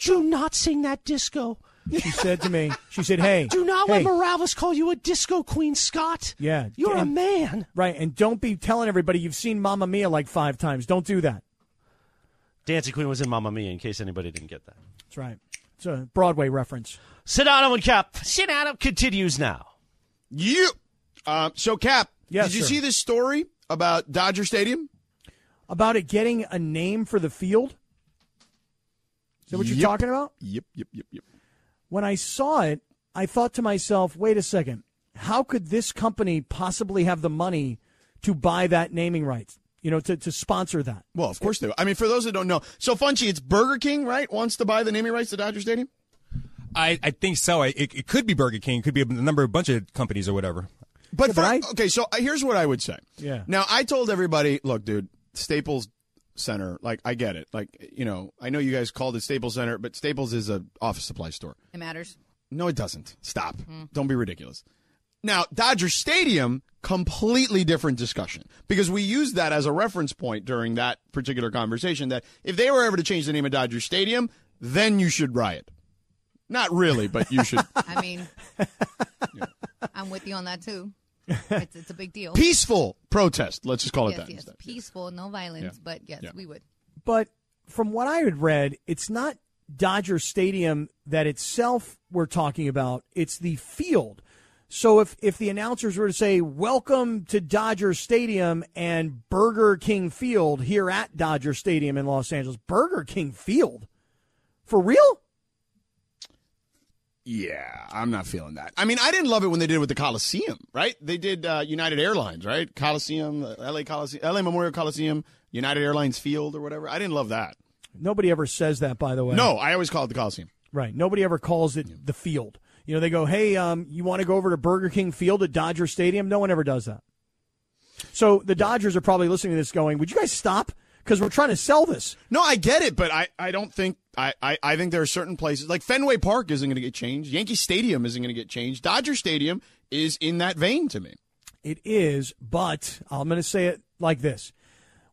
S15: Do not sing that disco.
S5: She said to me, she said, hey.
S15: Do not let
S5: hey,
S15: Morales call you a disco queen, Scott.
S5: Yeah.
S15: You're a
S5: and-
S15: man.
S5: Right. And don't be telling everybody you've seen Mamma Mia like five times. Don't do that.
S9: Dancing Queen was in Mamma Mia in case anybody didn't get that.
S5: That's right. It's a Broadway reference.
S9: Sedano and Cap. Sedano continues now.
S7: You. Uh, so, Cap, did you
S5: sir.
S7: see this story about Dodger Stadium?
S5: About it getting a name for the field? Is that what you're
S7: Yep.
S5: talking about?
S7: Yep, yep, yep, yep.
S5: When I saw it, I thought to myself, wait a second. How could this company possibly have the money to buy that naming rights? You know, to, to sponsor that?
S7: Well, of course they will. I mean, for those that don't know, so Funchy, it's Burger King, right? Wants to buy the naming rights to Dodger Stadium.
S13: I, I think so. I, it, it could be Burger King. It could be a number of bunch of companies or whatever.
S7: But, for, okay, so uh, here's what I would say.
S13: Yeah.
S7: Now I told everybody, look, dude, Staples Center. Like, I get it. Like, you know, I know you guys called it Staples Center, but Staples is a office supply store.
S8: It matters.
S7: No, it doesn't. Stop. Don't be ridiculous. Now, Dodger Stadium, completely different discussion because we used that as a reference point during that particular conversation. That if they were ever to change the name of Dodger Stadium, then you should riot. Not really, but you should.
S8: I mean, I'm with you on that too. It's, it's a big deal.
S7: peaceful protest. Let's just call it
S8: yes,
S7: that.
S8: yes,
S7: instead.
S8: peaceful, no violence,
S7: Yeah.
S8: but yes,
S7: Yeah.
S8: we would.
S5: But from what I had read, it's not Dodger Stadium that itself we're talking about, it's the field. So if, if the announcers were to say, Welcome to Dodger Stadium and Burger King Field here at Dodger Stadium in Los Angeles, Burger King Field? For real?
S7: Yeah, I'm not feeling that. I mean, I didn't love it when they did it with the Coliseum, right? They did uh, United Airlines, right? Coliseum, uh, LA Coliseum, LA Memorial Coliseum, United Airlines Field or whatever. I didn't love that.
S5: Nobody ever says that, by the way.
S7: No, I always call it the Coliseum.
S5: Right. Nobody ever calls it the field. You know, they go, "Hey, um, you want to go over to Burger King Field at Dodger Stadium?" No one ever does that. So the Dodgers are probably listening to this, going, "Would you guys stop? Because we're trying to sell this."
S7: No, I get it, but I, I don't think I, I, I think there are certain places like Fenway Park isn't going to get changed. Yankee Stadium isn't going to get changed. Dodger Stadium is in that vein to me.
S5: It is, but I'm going to say it like this: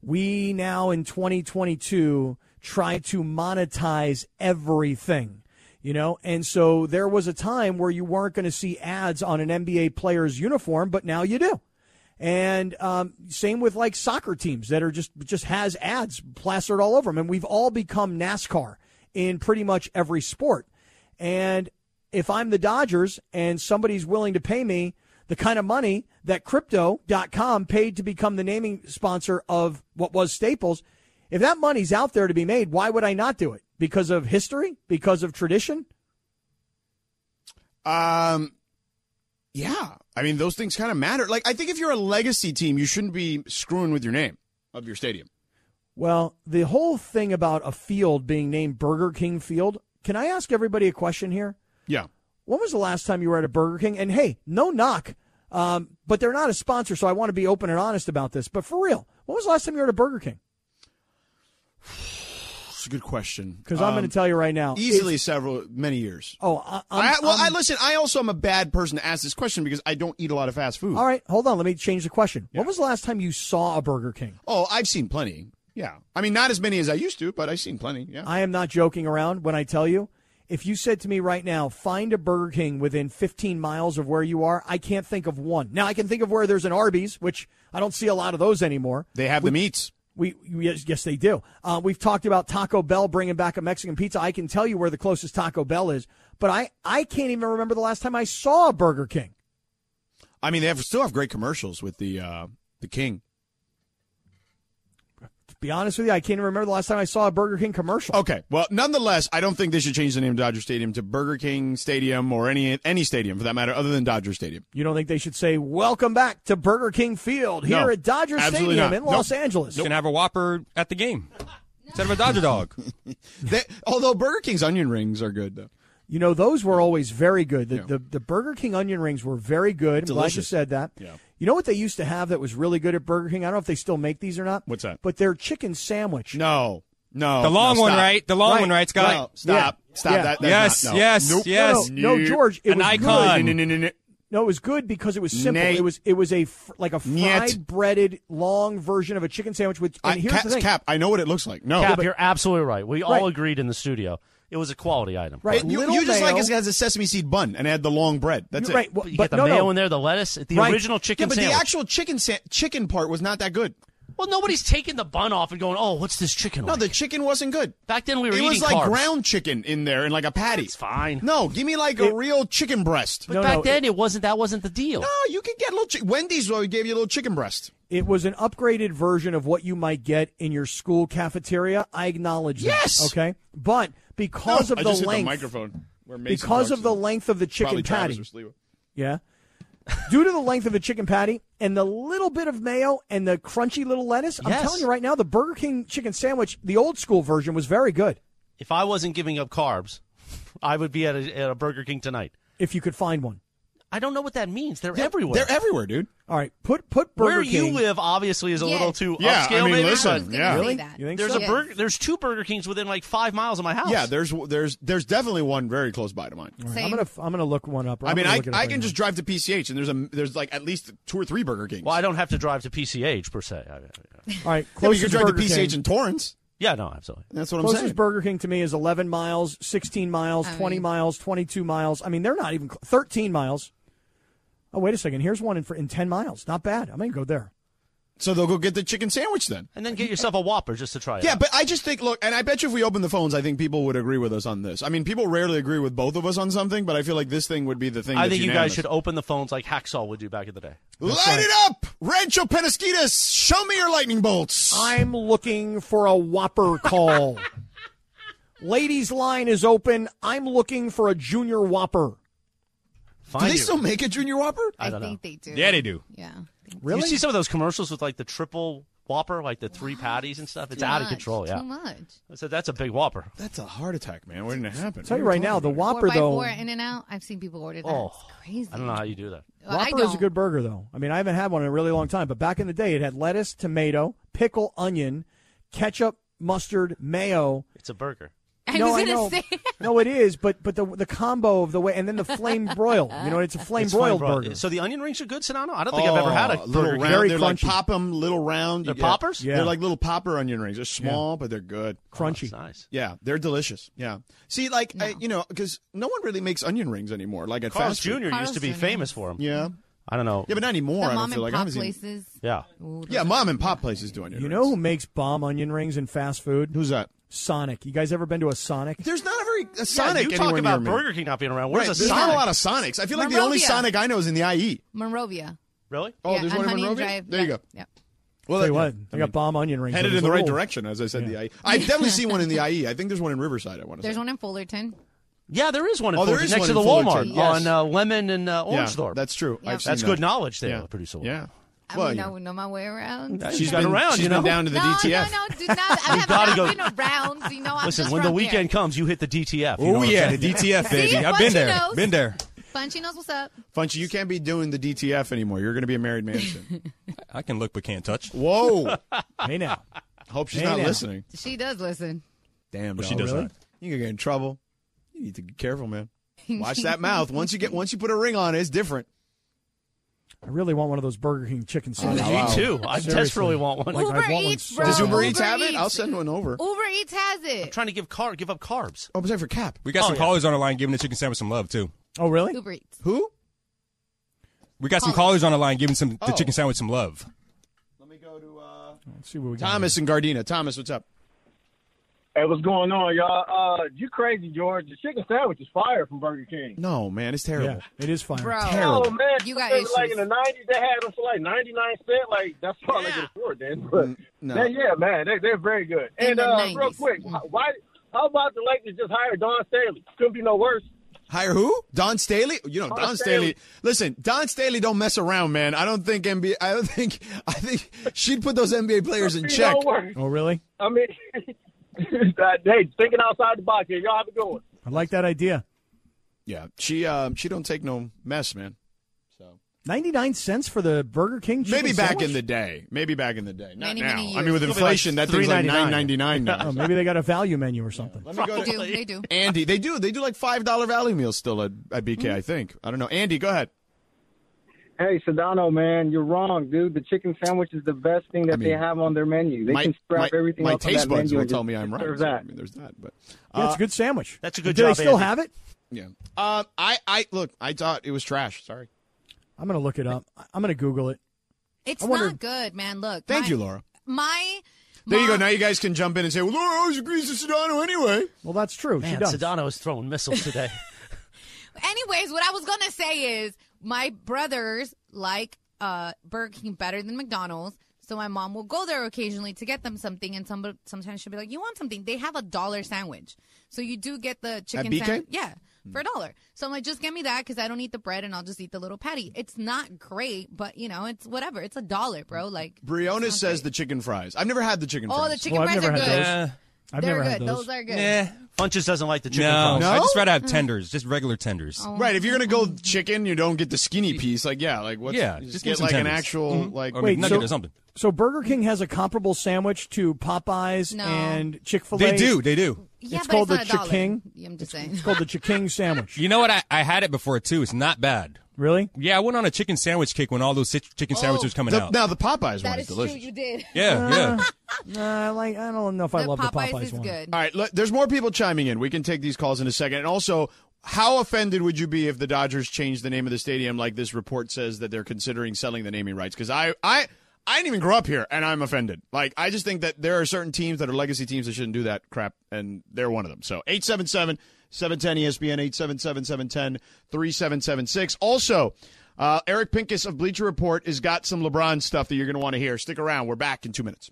S5: We now in 2022 try to monetize everything. You know, and so there was a time where you weren't going to see ads on an NBA player's uniform, but now you do. And um, same with like soccer teams that are just just has ads plastered all over them. And we've all become NASCAR in pretty much every sport. And if I'm the Dodgers and somebody's willing to pay me the kind of money that crypto.com paid to become the naming sponsor of what was Staples, if that money's out there to be made, why would I not do it? Because of history? Because of tradition?
S7: Um, yeah. I mean, those things kind of matter. Like, I think if you're a legacy team, you shouldn't be screwing with your name of your stadium.
S5: Well, the whole thing about a field being named Burger King Field, can I ask everybody a question here?
S7: Yeah.
S5: When was the last time you were at a Burger King? And hey, no knock, um, but they're not a sponsor, so I want to be open and honest about this. But for real, when was the last time you were at a Burger King?
S7: It's a good question Um,
S5: Because I'm going to tell you right now.
S7: Easily
S5: it's-
S7: several many years.
S5: Oh, I,
S7: I,
S5: I'm-
S7: well,
S5: I'm-
S7: I listen. I also am a bad person to ask this question because I don't eat a lot of fast food.
S5: All right, hold on. Let me change the question. When was the last time you saw a Burger King?
S7: Oh, I've seen plenty. Yeah, I mean, not as many as I used to, but I've seen plenty. Yeah.
S5: I am not joking around when I tell you. If you said to me right now, find a Burger King within 15 miles of where you are, I can't think of one. Now I can think of where there's an Arby's, which I don't see a lot of those anymore.
S7: They have the meats.
S5: We yes, yes they do. Uh, we've talked about Taco Bell bringing back a Mexican pizza. I can tell you where the closest Taco Bell is, but I I can't even remember the last time I saw a Burger King.
S7: I mean, they have still have great commercials with the uh, the king.
S5: To be honest with you, I can't even remember the last time I saw a Burger King commercial.
S7: Okay, well, nonetheless, I don't think they should change the name of Dodger Stadium to Burger King Stadium or any any stadium for that matter, other than Dodger Stadium.
S5: You don't think they should say "Welcome back to Burger King Field" here
S7: No,
S5: at Dodger
S7: absolutely
S5: Stadium
S7: not.
S5: in
S7: Nope.
S5: Los Angeles?
S13: You can have a Whopper at the game instead of a Dodger dog.
S7: They, although Burger King's onion rings are good though.
S5: You know, those were always very good. The, the, the Burger King onion rings were very good. I'm glad you
S7: Delicious.
S5: said that.
S7: Yeah.
S5: You know what they used to have that was really good at Burger King? I don't know if they still make these or not.
S7: What's that?
S5: But their chicken sandwich.
S7: No, no,
S13: The long
S7: no,
S13: one,
S7: stop.
S13: right? The long one, right, Scott?
S7: No, stop,
S5: Yeah.
S7: stop.
S5: Yeah.
S7: That, that's
S13: yes,
S7: not- no.
S13: yes,
S7: Nope.
S13: yes.
S5: No, no, George, it
S13: An
S5: was
S13: icon.
S5: good. No, it was good because it was simple.
S7: Nate.
S5: It was it was a fr- like a fried
S7: Niet.
S5: breaded long version of a chicken sandwich with and
S7: I,
S5: here's
S7: Cap-
S5: the thing.
S7: Cap, I know what it looks like. No,
S5: Yeah,
S9: Cap,
S5: but-
S9: you're absolutely right. We all
S5: Right.
S9: agreed in the studio. It was a quality item.
S5: Right,
S7: It- you,
S5: little
S7: you just
S5: mayo,
S7: like it has a sesame seed bun and had the long bread. That's
S5: right,
S7: it.
S5: well,
S9: You
S5: but
S9: get the
S5: no,
S9: mayo
S5: no.
S9: in there, the lettuce. The
S5: Right.
S9: original chicken
S7: yeah, but
S9: sandwich.
S7: the actual chicken sa- chicken part was not that good.
S9: well, nobody's taking the bun off and going, "Oh, what's this chicken?"
S7: No,
S9: like?"
S7: the chicken wasn't good.
S9: Back then, we were
S7: it
S9: eating
S7: was like
S9: carbs.
S7: ground chicken in there and like a patty.
S9: It's fine.
S7: No, give me like a real chicken breast.
S9: But
S5: No,
S9: back
S5: no,
S9: then, it, wasn't. That wasn't the deal.
S7: No, you can get a little. Chi- Wendy's though gave you a little chicken breast.
S5: It was an upgraded version of what you might get in your school cafeteria. I acknowledge
S7: Yes!
S5: that. Okay, but because of
S7: I
S5: the
S7: just hit
S5: length,
S7: microphone. where Mason
S5: because
S7: talks
S5: of the
S7: to-
S5: length of the
S7: probably
S5: chicken
S7: Travis or
S5: patty,
S7: Sliwa.
S5: yeah, due to the length of the chicken patty and the little bit of mayo and the crunchy little lettuce, I'm
S9: Yes.
S5: telling you right now, the Burger King chicken sandwich, the old school version, was very good.
S9: If I wasn't giving up carbs, I would be at a, at a Burger King tonight.
S5: If you could find one,
S9: I don't know what that means. They're everywhere.
S7: They're everywhere, dude.
S5: all right, put put Burger
S9: Where
S5: King.
S9: you live, obviously, is a
S8: Yeah.
S9: little too
S7: Yeah, I
S9: upscale.
S7: mean,
S9: maybe,
S8: I was
S7: listen,
S8: gonna
S7: yeah.
S8: say
S5: Really?
S8: that.
S5: You
S9: but
S5: think
S9: there's
S5: so?
S9: a burger. There's two Burger Kings within like five miles of my house.
S7: Yeah, there's there's there's definitely one very close by to mine.
S5: I'm
S8: Same.
S5: gonna I'm gonna look one up. or
S7: I
S5: I'm
S7: mean,
S5: gonna
S7: I,
S5: look it up
S7: I
S5: right
S7: can
S5: now.
S7: just drive to PCH and there's a there's like at least two or three Burger Kings.
S9: Well, I don't have to drive to PCH per se. I- I- I-
S5: all right.
S7: yeah, but you
S5: Closest
S7: can drive to
S5: Burger King.
S7: PCH in Torrance.
S9: yeah, no, absolutely.
S7: That's what I'm
S5: Closest
S7: saying.
S5: Burger King to me is 11 miles, 16 miles, 20 miles, 22 miles. I mean, they're not even cl- 13 miles. Oh, wait a second. Here's one in, for, in 10 miles. Not bad. I'm going to go there.
S7: so they'll go get the chicken sandwich then.
S9: And then get yourself a Whopper just to try it.
S7: Yeah,
S9: out.
S7: but I just think, look, and I bet you if we open the phones, I think people would agree with us on this. I mean, people rarely agree with both of us on something, but I feel like this thing would be the thing.
S9: I
S7: that's
S9: think you
S7: unanimous.
S9: guys should open the phones like Hacksaw would do back in the day.
S7: light it up, Rancho Penasquitas. Show me your lightning bolts.
S5: I'm looking for a Whopper call. Ladies' line is open. I'm looking for a junior Whopper.
S7: Do
S9: Find
S7: they
S9: you.
S7: still make a Junior Whopper?
S8: I,
S9: don't know.
S8: think they do.
S13: Yeah, they do.
S8: Yeah.
S5: Really?
S9: You see some of those commercials with like the triple Whopper, like the three patties and stuff. It's
S8: Too
S9: out of
S8: much,
S9: control.
S8: Too
S9: Yeah.
S8: much.
S9: So that's a big Whopper.
S7: That's a heart attack, man. Where did it happen?
S5: tell you right now, the
S8: Four
S5: Whopper,
S8: by
S5: though,
S8: four in and out. I've seen people order that.
S9: Oh,
S8: it's crazy.
S9: I don't know how you do that.
S8: Well, I
S5: Whopper is a
S8: don't.
S5: good burger, though. I mean, I haven't had one in a really long time, but back in the day, it had lettuce, tomato, pickle, onion, ketchup, mustard, mayo.
S9: It's a burger.
S8: I
S5: no,
S8: was
S5: I
S8: gonna
S5: know.
S8: say.
S5: no, it is, but but the the combo of the way, and then the flame broil. You know, it's a flame
S9: It's
S5: broiled
S9: fine, bro.
S5: burger.
S9: So the onion rings are good, Sedano? I don't think I've ever had a
S7: Oh, little
S9: burger.
S7: round.
S5: Very
S7: they're like
S5: crunchy.
S7: pop 'em, little round.
S9: They're
S7: Yeah.
S9: poppers?
S5: Yeah.
S7: They're like little popper onion rings. They're small, but they're good.
S5: Crunchy.
S9: It's nice.
S7: Yeah, they're delicious. Yeah. See, like I, you know, because no one really makes onion rings anymore. Like at
S9: Carl's
S7: fast food.
S9: Jr. used to be
S8: Carl's Jr.
S9: famous for them.
S7: Yeah.
S9: I don't know.
S7: Yeah, but not anymore.
S8: the
S7: I
S8: mom
S7: don't feel
S8: and
S7: like I
S8: pop
S7: haven't seen-
S8: places.
S9: Yeah.
S8: Ooh, those
S7: Yeah,
S8: are-
S7: mom and pop places do onion
S5: you
S7: rings.
S5: know who makes bomb onion rings in fast food?
S7: Who's that?
S5: Sonic. You guys ever been to a Sonic?
S7: There's not a very a
S9: Sonic
S7: Sonic
S9: you talk
S7: anywhere
S9: about
S7: near me.
S9: Burger King not being around. Where's
S7: Right,
S9: a
S7: there's
S9: Sonic?
S7: not a lot of Sonics. I feel like the only
S8: Monrovia.
S7: Sonic I know is in the IE.
S8: Monrovia.
S9: Really?
S7: Oh,
S8: Yeah,
S7: there's
S8: on
S7: one in
S8: Honey and
S7: Monrovia?
S8: Drive.
S7: There you
S8: Yeah,
S7: go.
S8: Yeah.
S7: Well,
S5: Tell
S7: that-
S5: you what,
S7: yeah,
S5: I got bomb onion rings.
S7: headed
S5: That
S7: in
S5: was
S7: the
S5: a
S7: right
S5: rule.
S7: direction, as I said. The IE. I've definitely seen one in the IE. I think there's one in Riverside. I want to
S8: There's
S7: say.
S8: one in Fullerton.
S9: Yeah, there is one in
S7: Oh, there
S9: Fullerton,
S7: is
S9: next
S7: one
S9: to
S7: in
S9: the Walmart
S7: Fullerton, yes.
S9: on uh, Lemon and uh,
S7: Yeah,
S9: Orange Thorpe.
S7: that's true. I've
S9: That's
S7: seen
S9: good
S7: that.
S9: knowledge there,
S7: Yeah.
S9: producer. Will.
S7: Yeah.
S8: I
S7: Well,
S8: mean,
S7: you-
S8: I would know my way around.
S9: She's got
S7: been,
S9: around,
S7: she's
S9: you know?
S7: been down to the
S8: no,
S7: DTF.
S8: no, no, do not. I have
S9: gotta
S8: not
S9: go-
S8: been around. You know, I'm
S9: Listen,
S8: just
S9: when the
S8: from here.
S9: weekend comes, you hit the DTF. you know
S13: Oh
S9: what I'm
S13: yeah, the
S9: saying?
S13: DTF baby.
S8: See,
S13: I've been
S8: Bunchy
S13: there.
S8: knows.
S13: Been there.
S8: Bunchy knows what's up.
S7: Funchy, you can't be doing the DTF anymore. You're going to be a married man soon.
S13: I can look but can't touch.
S7: Whoa.
S5: Hey now,
S7: Hope she's
S5: Hey
S7: not
S5: now.
S7: listening.
S8: She does listen.
S7: Damn,
S13: Well, she
S7: dog.
S13: does Really? not.
S7: You can get in trouble. You need to be careful, man. Watch that mouth. Once you get, once you put a ring on, it's different.
S5: I really want one of those Burger King chicken sandwiches.
S7: wow. Me
S9: too. I
S5: Seriously.
S9: desperately want one.
S5: Like, I
S8: Uber
S5: want one
S8: Eats,
S5: so
S8: bro.
S5: bad.
S7: Does Uber,
S8: Uber
S7: Eats have it?
S8: Eats.
S7: I'll send one over.
S8: Uber Eats has it.
S9: Trying to give car, give up carbs.
S7: Oh, I'm sorry for Cap.
S13: We got
S9: Oh,
S13: some
S9: yeah.
S13: callers on the line giving the chicken sandwich some love too.
S5: Oh, really?
S8: Uber Eats.
S7: Who?
S13: We got some
S8: Callers.
S13: callers on the line giving some the
S7: Oh.
S13: chicken sandwich some love.
S5: Let's see what we got.
S7: Thomas and Gardena. Thomas, what's up?
S11: Hey, what's going on, y'all? Uh, you crazy, George? The chicken sandwich is fire from Burger King.
S7: No, man, it's
S5: Yeah,
S7: terrible.
S5: it is fire.
S8: Bro.
S7: Terrible.
S11: Oh man,
S8: You got
S11: like
S8: issues.
S11: in the nineties, they had them for like ninety nine cent. Like that's all I could afford then. But
S7: Mm, no. Mm.
S11: they- yeah, man, they, they're very good.
S8: In
S11: and
S8: the
S11: uh,
S8: 90s.
S11: real quick, why? How about the Lakers just hired Don Staley? Couldn't be no worse.
S7: Hire who? Don Staley? You know Don,
S11: Don
S7: Staley.
S11: Staley.
S7: Listen, Don Staley don't mess around, man. I don't think NBA. I don't think. I think she'd put those NBA players in
S11: Couldn't be
S7: check.
S11: No worse.
S5: Oh, really?
S11: I mean, hey, thinking outside the box here. Y'all have a good one.
S5: I like that idea.
S7: Yeah, she um she don't take no mess, man.
S5: 99 cents for the Burger King chicken
S7: Maybe back in
S5: sandwich?
S7: the day. Maybe back in the day. Not
S8: Many,
S7: now.
S8: many
S7: I mean,
S8: years.
S7: with
S8: It'll
S9: be like
S7: inflation, that thing's like nine ninety nine
S5: Oh,
S7: now.
S5: maybe they got a value menu or something.
S7: Let me
S8: They
S7: go
S8: do.
S7: to
S8: They do.
S7: Andy. They do. They do like five dollar value meals still at, at BK.
S5: Hmm.
S7: I think. I don't know. Andy, go ahead.
S11: Hey, Sedano, man, you're wrong, dude. The chicken sandwich is the best thing that
S7: I mean,
S11: they have on their menu. They
S7: my,
S11: can scrap
S7: my,
S11: everything
S7: my
S11: off
S7: taste
S11: of that
S7: buds
S11: menu
S7: will
S11: and
S7: tell
S11: just
S7: me I'm right.
S11: serve
S7: so,
S11: that.
S7: I mean, there's that, but
S5: Yeah, it's
S7: uh,
S5: a good sandwich.
S9: That's a good
S5: Do
S9: job,
S5: they still
S9: Andy.
S5: have it?
S7: Yeah. Um, I, I look. I thought it was trash. Sorry.
S5: I'm going to look it up. I- I'm going to Google it.
S8: It's
S5: I wonder-
S8: not good, man. Look.
S7: Thank
S8: my,
S7: you, Laura.
S8: My.
S7: There you go.
S8: mom-
S7: Now you guys can jump in and say, "Well, Laura always agrees with Sedano anyway."
S5: Well, that's true. she
S9: Man,
S5: does.
S9: Sedano is throwing missiles today.
S8: Anyways, what I was gonna say is my brothers like uh, Burger King better than McDonald's, so my mom will go there occasionally to get them something, and some sometimes she'll be like, "You want something?" They have a dollar sandwich, so you do get the chicken
S7: BK?
S8: sandwich. Yeah. For a
S5: Hmm.
S8: dollar, so I'm like, just get me that because I don't eat the bread and I'll just eat the little patty. It's not great, but you know, it's whatever. It's a dollar, bro.
S5: Hmm.
S8: Like
S7: Briona
S8: it's not
S7: says
S8: great.
S7: the chicken fries. I've never had the chicken
S8: Oh,
S7: fries.
S8: the chicken
S5: Well, I've
S8: fries
S5: never
S8: are
S5: had
S8: good.
S5: those.
S13: Uh,
S5: I've
S8: They're
S5: never
S8: good.
S5: had
S8: Those.
S5: those.
S8: are good. Mm.
S13: nah.
S9: Funches doesn't like the chicken
S13: No,
S9: fries.
S13: I just rather
S7: Mm.
S13: have tenders, just regular tenders.
S8: Oh.
S7: Right, if you're gonna go chicken, you don't get the skinny piece. Like, yeah, like what's
S13: Yeah,
S7: you just, Mm-hmm.
S13: just
S7: get
S13: get some
S7: like an
S13: tenders.
S7: actual like.
S13: Or
S5: Wait,
S13: McNugget
S5: so-
S13: or something.
S5: So Burger King has a comparable sandwich to Popeyes
S8: No.
S5: and Chick Fil A.
S13: They do, they do.
S8: Yeah,
S5: It's
S8: but
S5: called
S8: it's not
S5: the
S8: a dollar.
S5: chicken.
S8: I'm just saying.
S5: It's called the Chiking sandwich.
S13: You know what? I, I had it before too. It's not bad.
S5: Really?
S13: Yeah, I went on a chicken sandwich kick when all those sit- chicken sandwiches was coming
S7: The,
S13: out.
S7: now the Popeyes one
S8: That
S7: is
S8: is
S7: delicious.
S8: true. You did.
S13: Yeah, yeah.
S5: Uh, Nah, I like. I don't know if I
S8: the
S5: love
S8: Popeyes,
S5: the Popeyes
S8: is
S5: one.
S8: good.
S7: All right, look, there's more people chiming in. We can take these calls in a second. And also, how offended would you be if the Dodgers changed the name of the stadium, like this report says that they're considering selling the naming rights? Because I, I, I didn't even grow up here, and I'm offended. Like, I just think that there are certain teams that are legacy teams that shouldn't do that crap, and they're one of them. So, 877 710 ESPN, 877 710 3776. Also, uh, Eric Pincus of Bleacher Report has got some LeBron stuff that you're going to want to hear. Stick around. We're back in two minutes.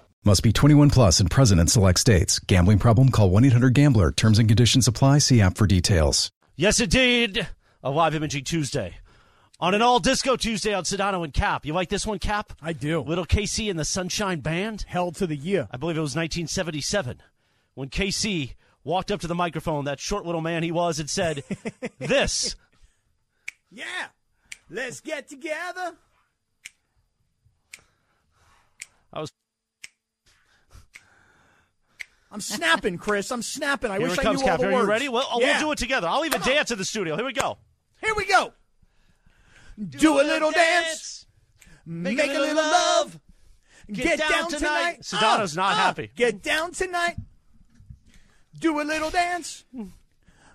S14: Must be 21 plus and present in select states. Gambling problem? Call 1 800 Gambler. Terms and conditions apply. See app for details.
S9: Yes, indeed. A live imaging Tuesday. On an all disco Tuesday on Sedano and Cap. You like this one, Cap?
S5: I do.
S9: Little KC and the Sunshine Band?
S5: Hell to the year.
S9: I believe it was 1977 when KC walked up to the microphone, that short little man he was, and said, This.
S5: Yeah. Let's get together.
S9: I was.
S5: I'm snapping, Chris. I'm snapping. I
S9: Here
S5: wish
S9: it
S5: I knew
S9: comes,
S5: all
S9: Cap.
S5: the
S9: Are
S5: words.
S9: you ready? Well, oh,
S5: Yeah.
S9: We'll do it together. I'll even dance in the studio. Here we go.
S5: Here we go. Do, a little dance. Make, a little love. Get, down, tonight. Uh,
S9: Sedano's not happy.
S5: Get down tonight. Do a little dance.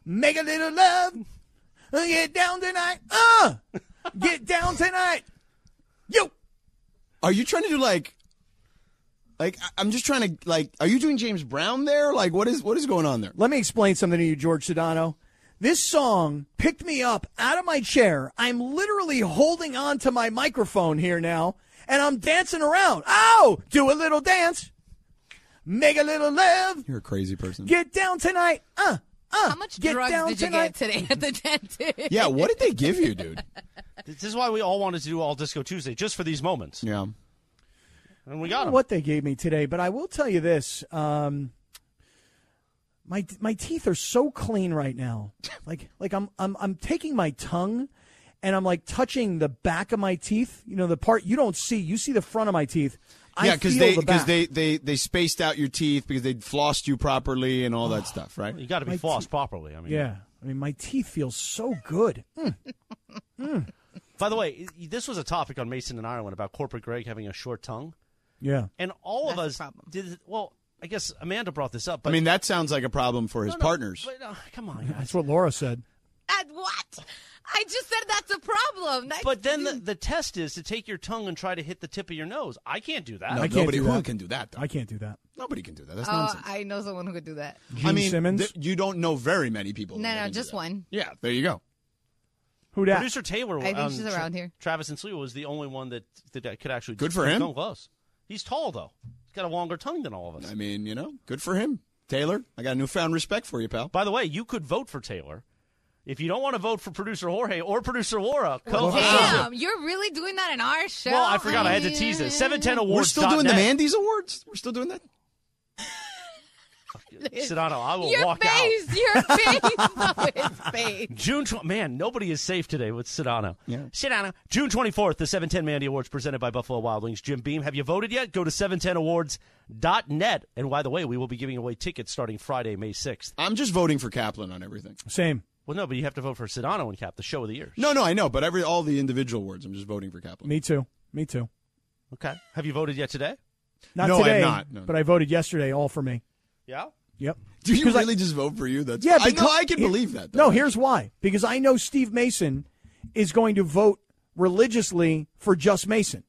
S5: Make a little love. Get down tonight. Uh, get down tonight. You.
S7: Are you trying to do like, like I- I'm just trying to like? Are you doing James Brown there? Like, what is what is going on there?
S5: Let me explain something to you, George Sedano. This song picked me up out of my chair. I'm literally holding on to my microphone here now, and I'm dancing around. Ow! Do a little dance. Make a little love.
S7: You're a crazy person.
S5: Get down tonight. Uh, uh. How much get
S8: drugs
S5: down
S8: did you get
S5: tonight.
S8: today at the dentist?
S7: Yeah, what did they give you, dude?
S9: This is why we all wanted to do All Disco Tuesday, just for these moments.
S7: Yeah.
S9: And we got
S5: know
S9: them.
S5: what they gave me today, but I will tell you this: um, my my teeth are so clean right now. Like like I'm I'm I'm taking my tongue, and I'm like touching the back of my teeth. You know the part you don't see. You see the front of my teeth. I
S7: yeah, because
S5: feel
S7: they
S5: the
S7: because
S5: back.
S7: they, they they spaced out your teeth because they'd flossed you properly and all that stuff, right?
S9: You got to be
S5: My
S9: flossed
S5: teeth-
S9: properly. I mean,
S5: yeah. I mean my teeth feel so good. Mm. Mm.
S9: By the way, i- this was a topic on Mason and Ireland about corporate Greg having a short tongue,
S5: Yeah.
S9: and all of us did. Well, I guess Amanda brought this up,
S7: I
S9: but
S7: mean, that sounds like a problem for his
S9: No, no,
S7: partners.
S9: but, uh, come on, guys.
S5: That's what Laura said.
S8: At what? I just said that's a problem. That-
S9: But then the, the test is to take your tongue and try to hit the tip of your nose. I can't do that.
S7: No,
S5: I can't
S7: nobody
S5: do
S7: who
S5: that.
S7: can do that. Though.
S5: I can't do that.
S7: Nobody can do that. That's
S8: oh,
S7: nonsense.
S8: I know someone who could do that.
S7: I mean, th- you don't know very many people.
S8: No, no, just one.
S7: Yeah, there you go.
S5: Who
S7: dat?
S9: Producer Taylor.
S8: I think
S9: um,
S8: she's
S9: Tra-
S8: around here.
S9: Travis and Sliwa was the only one that that could actually.
S7: Good for him.
S9: Come close. He's tall though. He's got a longer tongue than all of us.
S7: I mean, you know, good for him, Taylor. I got a newfound respect for you, pal.
S9: By the way, you could vote for Taylor. If you don't want to vote for producer Jorge or producer Laura,
S7: Oh,
S8: Well,
S9: co-
S8: damn, you're really doing that in our show.
S9: Well, I forgot I had to tease this. 710 awards.
S7: We're still doing the Mandy's Awards. We're still doing that.
S9: Sedano, I will
S8: your
S9: walk
S8: face,
S9: out.
S8: Your face, oh, his face.
S9: June, tw- man, nobody is safe today with Sedano. Yeah. Sedano. June 24th, the 710 Mandy Awards presented by Buffalo Wild Wings. Jim Beam, have you voted yet? Go to 710awards.net. And by the way, we will be giving away tickets starting Friday, May 6th.
S7: I'm just voting for Kaplan on everything.
S5: Same.
S9: Well, no, but you have to vote for Sedano and Cap, the show of the year.
S7: No, no, I know, but every all the individual awards, I'm just voting for Kaplan.
S5: Me too. Me too.
S9: Okay. Have you voted yet today?
S5: Not
S7: No, I am
S5: today,
S7: not. No,
S5: but I voted yesterday. All for me.
S9: Yeah?
S5: Yep.
S7: Do you
S5: 'Cause I-
S7: really just vote for you? That's
S5: Yeah,
S7: I know.
S5: because-
S7: I can
S5: he-
S7: believe that.
S5: No, here's why. Because I know Steve Mason is going to vote religiously for just Mason.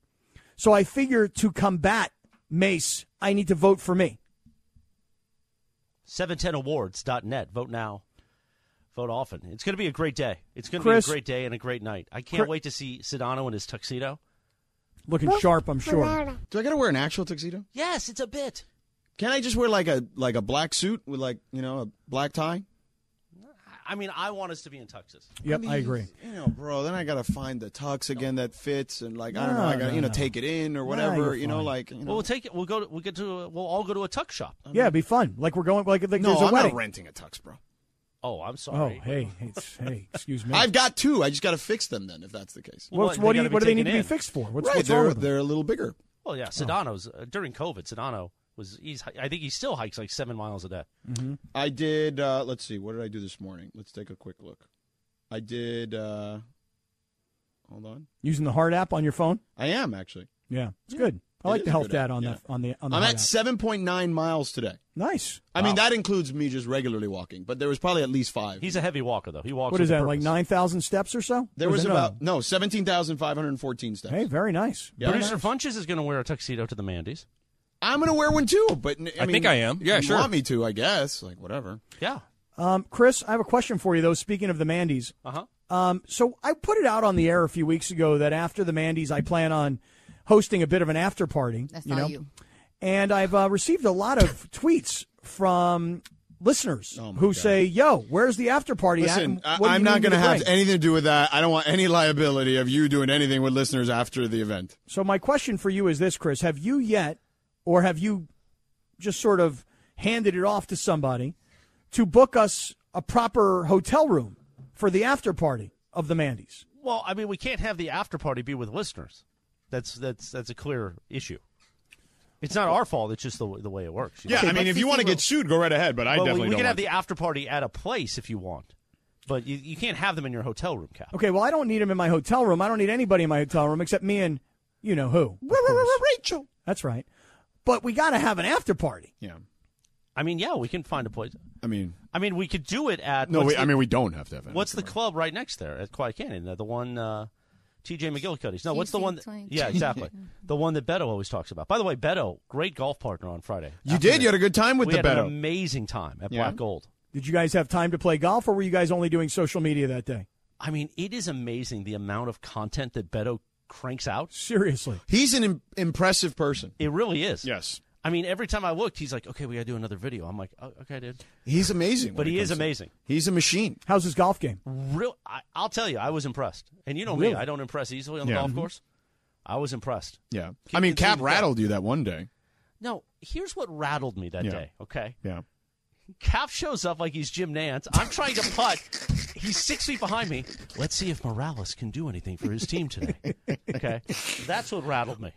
S5: So I figure to combat Mace, I need to vote for me.
S9: 710awards.net. Vote now. Vote often. It's going to be a great day. It's going to
S5: Chris-
S9: be a great day and a great night. I can't
S5: Chris-
S9: wait to see Sedano in his tuxedo.
S5: Looking sharp, I'm sure.
S7: Do I got to wear an actual tuxedo?
S9: Yes, it's a bit.
S7: Can I just wear like a like a black suit with like you know a black tie?
S9: I mean, I want us to be in tuxes.
S5: Yep,
S7: mean,
S5: I agree.
S7: You know, bro. Then I gotta find the tux again that fits, and like I don't know,
S5: No,
S7: I gotta
S5: no,
S7: you know
S5: no.
S7: take it in or
S5: No,
S7: whatever.
S5: you're
S7: you know,
S5: fine.
S7: like you know.
S9: Well, we'll take it. We'll go. To, we'll get to. A, we'll all go to a tux shop.
S5: yeah, it'd be fun. Like we're going, like, like
S7: no,
S5: there's a
S7: I'm
S5: wedding.
S7: not renting a tux, bro.
S9: Oh, I'm
S5: oh,
S9: sorry.
S5: hey, it's, hey, excuse me.
S7: I've got two. I just gotta fix them then, if that's the case.
S5: What's-
S9: Well,
S5: what
S9: they gotta
S5: do, you,
S9: be
S5: what do they need
S9: taken
S5: to be
S9: in.
S5: fixed for? What's,
S7: right,
S5: what's
S7: they're Oh.
S5: wrong with them?
S7: they're a little bigger.
S9: Well, yeah. Sedano's uh, during COVID. Sedano was. He's. I think he still hikes like seven miles a day.
S5: Mm-hmm.
S7: I did. Uh, let's see. What did I do this morning? Let's take a quick look. I did. Uh, hold on.
S5: Using the Hard app on your phone?
S7: I am actually.
S5: Yeah, it's good. I
S7: It
S5: like
S7: is
S5: the
S7: a
S5: health
S7: good
S5: data
S7: app,
S5: on,
S7: yeah.
S5: the, on the on the
S7: I'm
S5: Hard
S7: at
S5: app.
S7: 7.9 miles today.
S5: Nice.
S7: I mean, that includes me just regularly walking, but there was probably at least five.
S9: He's a heavy walker though. He walks.
S5: What
S9: with
S5: is
S9: a
S5: that,
S9: purpose.
S5: like 9,000 steps or so?
S7: There
S5: Or
S7: was
S5: is it- no.
S7: about no seventeen thousand five hundred fourteen steps.
S5: Hey, very nice.
S7: Yeah.
S9: Producer Funches is going to wear a tuxedo to the Mandy's.
S7: I'm gonna wear one too, but n- I,
S13: I
S7: mean,
S13: think I am. Yeah,
S7: if you
S13: sure.
S7: Want me to? I guess. Like whatever.
S9: Yeah.
S5: Um, Chris, I have a question for you though. Speaking of the Mandy's,
S9: Uh
S7: Uh-huh.
S9: huh.
S5: um, so I put it out on the air a few weeks ago that after the Mandy's, I plan on hosting a bit of an after party.
S8: That's
S5: you
S8: not
S5: know?
S8: you.
S5: And I've uh, received a lot of tweets from listeners who say, "Yo, where's the after party at?
S7: Oh, Listen,
S5: And
S7: I,
S5: what do
S7: I'm
S5: you
S7: not
S5: need me
S7: gonna have
S5: bring?"
S7: anything to do with that. I don't want any liability of you doing anything with listeners after the event.
S5: So my question for you is this, Chris: Have you yet, or have you just sort of handed it off to somebody to book us a proper hotel room for the after party of the Mandy's?
S9: Well, I mean, we can't have the after party be with listeners. That's that's that's a clear issue. It's not our fault. It's just the, the way it works. you
S7: Yeah,
S9: know?
S7: I mean, if you want to get sued, go right ahead. But I
S9: Well, we-
S7: definitely
S9: we,
S7: don't.
S9: can
S7: like
S9: have the after party at a place if you want, but you, you can't have them in your hotel room, Cap.
S5: Okay, well, I don't need him in my hotel room. I don't need anybody in my hotel room except me and you know who.
S2: Rachel.
S5: That's right. But we got to have an after party.
S7: Yeah.
S9: I mean, yeah, we can find a place.
S7: I mean,
S9: I mean, we could do it at.
S7: No,
S9: what's
S7: we,
S9: the-
S7: I mean we don't have to have it.
S9: What's the club right next there at Quiet Canyon? Uh, the one uh, T.J. McGillicuddy's. No, what's the one? That,
S7: TC20.
S9: yeah, exactly. the one that Beto always talks about. By the way, Beto, great golf partner on Friday.
S7: You
S9: Afternoon.
S7: did? You had a good time with
S9: we
S7: the
S9: had An
S7: Beto.
S9: amazing time at
S7: Yeah?
S9: Black Gold.
S5: Did you guys have time to play golf, or were you guys only doing social media that day?
S9: I mean, it is amazing the amount of content that Beto cranks out.
S5: Seriously,
S7: he's an Im- impressive person.
S9: It really is.
S7: Yes.
S9: I mean, every time I looked, he's like, "Okay, we got to do another video." I'm like, oh, "Okay, dude."
S7: He's amazing,
S9: But
S7: when
S9: he
S7: it
S9: is
S7: comes to-
S9: amazing.
S7: He's a machine.
S5: How's his golf game?
S9: Real, I, I'll tell you, I was impressed. And you know
S7: Really?
S9: me, I don't impress easily on
S7: Yeah.
S9: the golf
S7: Mhm.
S9: course. I was impressed.
S7: Yeah, I mean, Cap rattled you that one day.
S9: No, here's what rattled me that
S7: Yeah.
S9: day. Okay,
S7: Yeah.
S9: Cap shows up like he's Jim Nance. I'm trying to putt. He's six feet behind me. Let's see if Morales can do anything for his team today. Okay, that's what rattled me.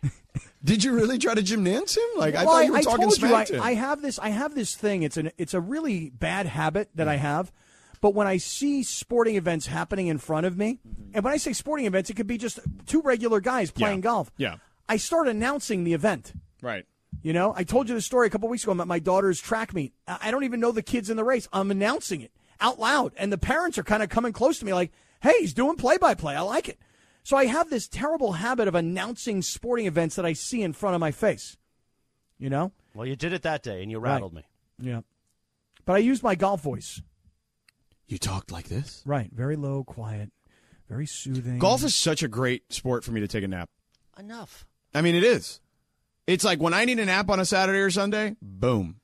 S7: Did you really try to Jim Nance him? Like I
S5: Well,
S7: thought you were talking
S5: told
S7: smack to
S5: you,
S7: him.
S5: I, I have this. I have this thing. It's an. It's a really bad habit that
S7: Mm.
S5: I have. But when I see sporting events happening in front of me, and when I say sporting events, it could be just two regular guys playing golf.
S7: Mm-hmm. Yeah.
S5: I start announcing the event.
S7: Right.
S5: You know, I told you the story a couple weeks ago about my daughter's track meet. I I don't even know the kids in the race. I'm announcing it out loud, and the parents are kind of coming close to me, like, "Hey, he's doing play-by-play. I like it." So I have this terrible habit of announcing sporting events that I see in front of my face. You know,
S9: Well, you did it that day, and you
S5: Right.
S9: rattled me.
S5: yeah. But I used my golf voice.
S7: You talked like this.
S5: Right. Very low, quiet, very soothing.
S7: Golf is such a great sport for me to take a nap.
S9: Enough.
S7: I mean, it is. It's like when I need a nap on a Saturday or Sunday. Boom,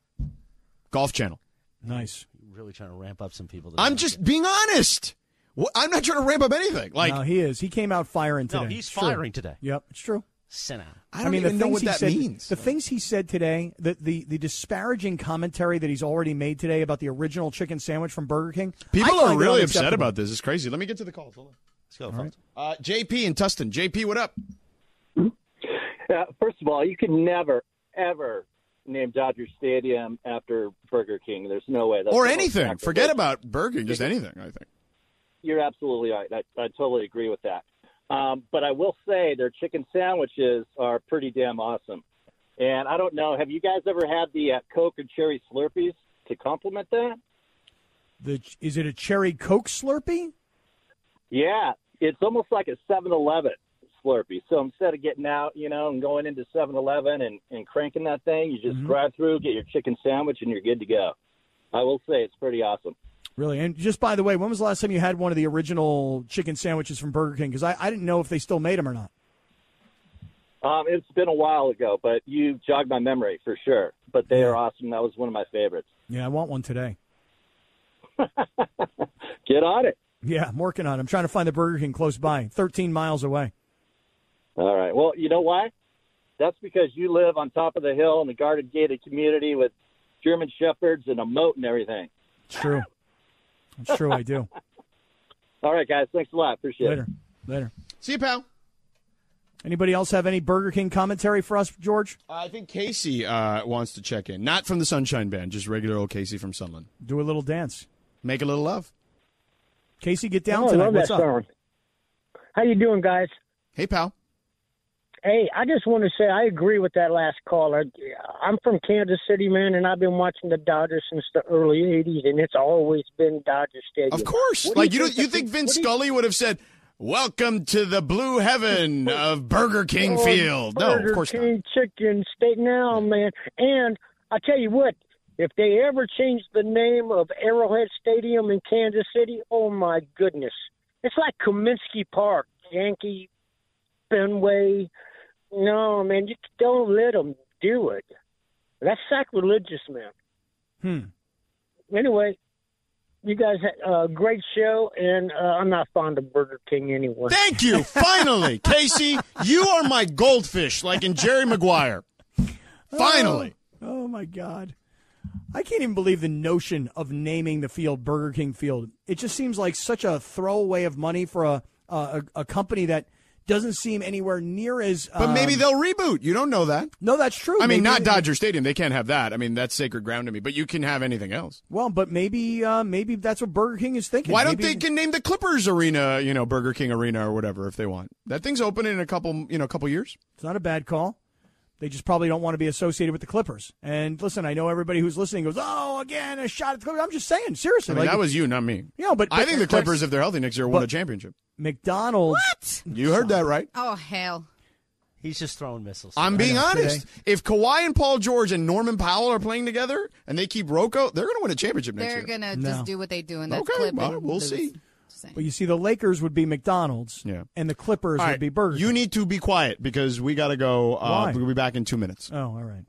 S7: Golf Channel.
S5: Nice.
S9: Really trying to ramp up some people.
S7: I'm just being honest. Wh- I'm not trying to ramp up anything. Like
S5: no, he is. He came out firing
S7: No,
S5: today.
S7: he's
S5: It's true.
S7: firing today.
S5: Yep, it's true.
S9: Send out.
S7: I don't even know
S5: things
S7: what
S5: he
S7: that
S5: said-
S7: means.
S5: The things he said today, the, the the disparaging commentary that he's already made today about the original chicken sandwich from Burger King.
S7: people
S5: I
S7: are
S5: find it
S7: really upset
S5: unacceptable.
S7: about this. It's crazy. Let me get to the calls. Hold on.
S9: Let's go.
S7: Uh, JP and Tustin. JP, what up?
S16: Uh, first of all, you could never, ever name Dodger Stadium after Burger King. There's no way. That's
S7: or
S16: the most
S7: anything.
S16: sacrilege.
S7: Forget about Burger King. Just anything. I think.
S16: You're absolutely right. I, I totally agree with that. Um, but I will say their chicken sandwiches are pretty damn awesome. And I don't know, have you guys ever had the uh, Coke and Cherry Slurpees to complement that?
S5: The is it a cherry Coke Slurpee?
S16: Yeah, it's almost like a 7-Eleven Slurpee. So instead of getting out, you know, and going into 7-Eleven and, and cranking that thing, you just drive through, get your chicken sandwich, and you're good to go. I will say it's pretty awesome.
S5: Really? And just by the way, when was the last time you had one of the original chicken sandwiches from Burger King? Because I, I didn't know if they still made them or not.
S16: Um, it's been a while ago, but you jogged my memory for sure. But they are awesome. That was one of my favorites.
S5: Yeah, I want one today.
S16: Get on it.
S5: Yeah, I'm working on it. I'm trying to find the Burger King close by, 13 miles away.
S16: All right. Well, you know why? That's because you live on top of the hill in the guarded gated community with German shepherds and a moat and everything.
S5: It's true. It's true, I do.
S16: All right, guys. Thanks a lot. Appreciate
S5: Later.
S16: it.
S5: Later.
S7: See you, pal.
S5: Anybody else have any Burger King commentary for us, George?
S7: I think Casey uh, wants to check in. Not from the Sunshine Band, just regular old Casey from Sunland.
S5: Do a little dance.
S7: Make a little love.
S5: Casey, get down
S7: Oh, I
S5: tonight.
S7: love
S5: What's
S7: that
S5: up?
S7: song.
S17: How you doing, guys?
S7: Hey, pal.
S17: Hey, I just want to say I agree with that last caller. I'm from Kansas City, man, and I've been watching the Dodgers since the early '80s, and it's always been Dodger Stadium.
S7: Of course.
S17: What do
S7: like you don't
S17: the
S7: you think
S17: thing-
S7: Vince Scully would have said, "Welcome to the blue heaven of Burger King
S17: Oh,
S7: Field"? No,
S17: Burger
S7: of course
S17: King chicken steak now, man. And I tell you what, if they ever change the name of Arrowhead Stadium in Kansas City, oh my goodness, it's like Kaminsky Park, Yankee Fenway. No, man, you don't let them do it. That's sacrilegious, man.
S5: Hmm.
S17: Anyway, you guys had a great show, and uh, I'm not fond of Burger King anyway.
S7: Thank you. Finally, Casey, you are my goldfish, like in Jerry Maguire. Finally.
S5: Oh, oh, my God. I can't even believe the notion of naming the field Burger King Field. It just seems like such a throwaway of money for a a, a company that doesn't seem anywhere near as.
S7: But maybe
S5: um,
S7: they'll reboot. You don't know that.
S5: No, that's true.
S7: I mean,
S5: Maybe
S7: not
S5: they-
S7: Dodger Stadium. They can't have that. I mean, that's sacred ground to me. But you can have anything else.
S5: Well, but maybe uh, maybe that's what Burger King is thinking.
S7: Why don't
S5: Maybe-
S7: they can name the Clippers Arena, you know, Burger King Arena or whatever if they want? That thing's open in a couple, you know, couple years.
S5: It's not a bad call. They just probably don't want to be associated with the Clippers. And listen, I know everybody who's listening goes, "Oh, again a shot at the Clippers." I'm just saying,
S7: I
S5: seriously.
S7: mean,
S5: like,
S7: that was you, not me.
S5: Yeah, but-
S7: I
S5: but-
S7: think the Clippers, if they're healthy next year, will win
S5: But-
S7: a championship.
S5: McDonald's. What?
S7: You heard that right.
S8: Oh hell.
S9: He's just throwing missiles.
S7: I'm
S9: I
S7: being
S9: know,
S7: honest. If Kawhi and Paul George and Norman Powell are playing together and they keep Rocco, they're going to win a championship next
S8: They're
S7: year.
S8: gonna
S5: No.
S8: just do what they do in that
S7: Okay,
S8: clip.
S7: well,
S8: and
S7: we'll
S8: lose.
S7: see.
S5: But you see, the Lakers would be McDonald's, yeah. and the Clippers
S7: All right,
S5: would be Burger.
S7: You need to be quiet because we got to go. Uh,
S5: Why?
S7: We'll be back in two minutes.
S5: Oh, all right.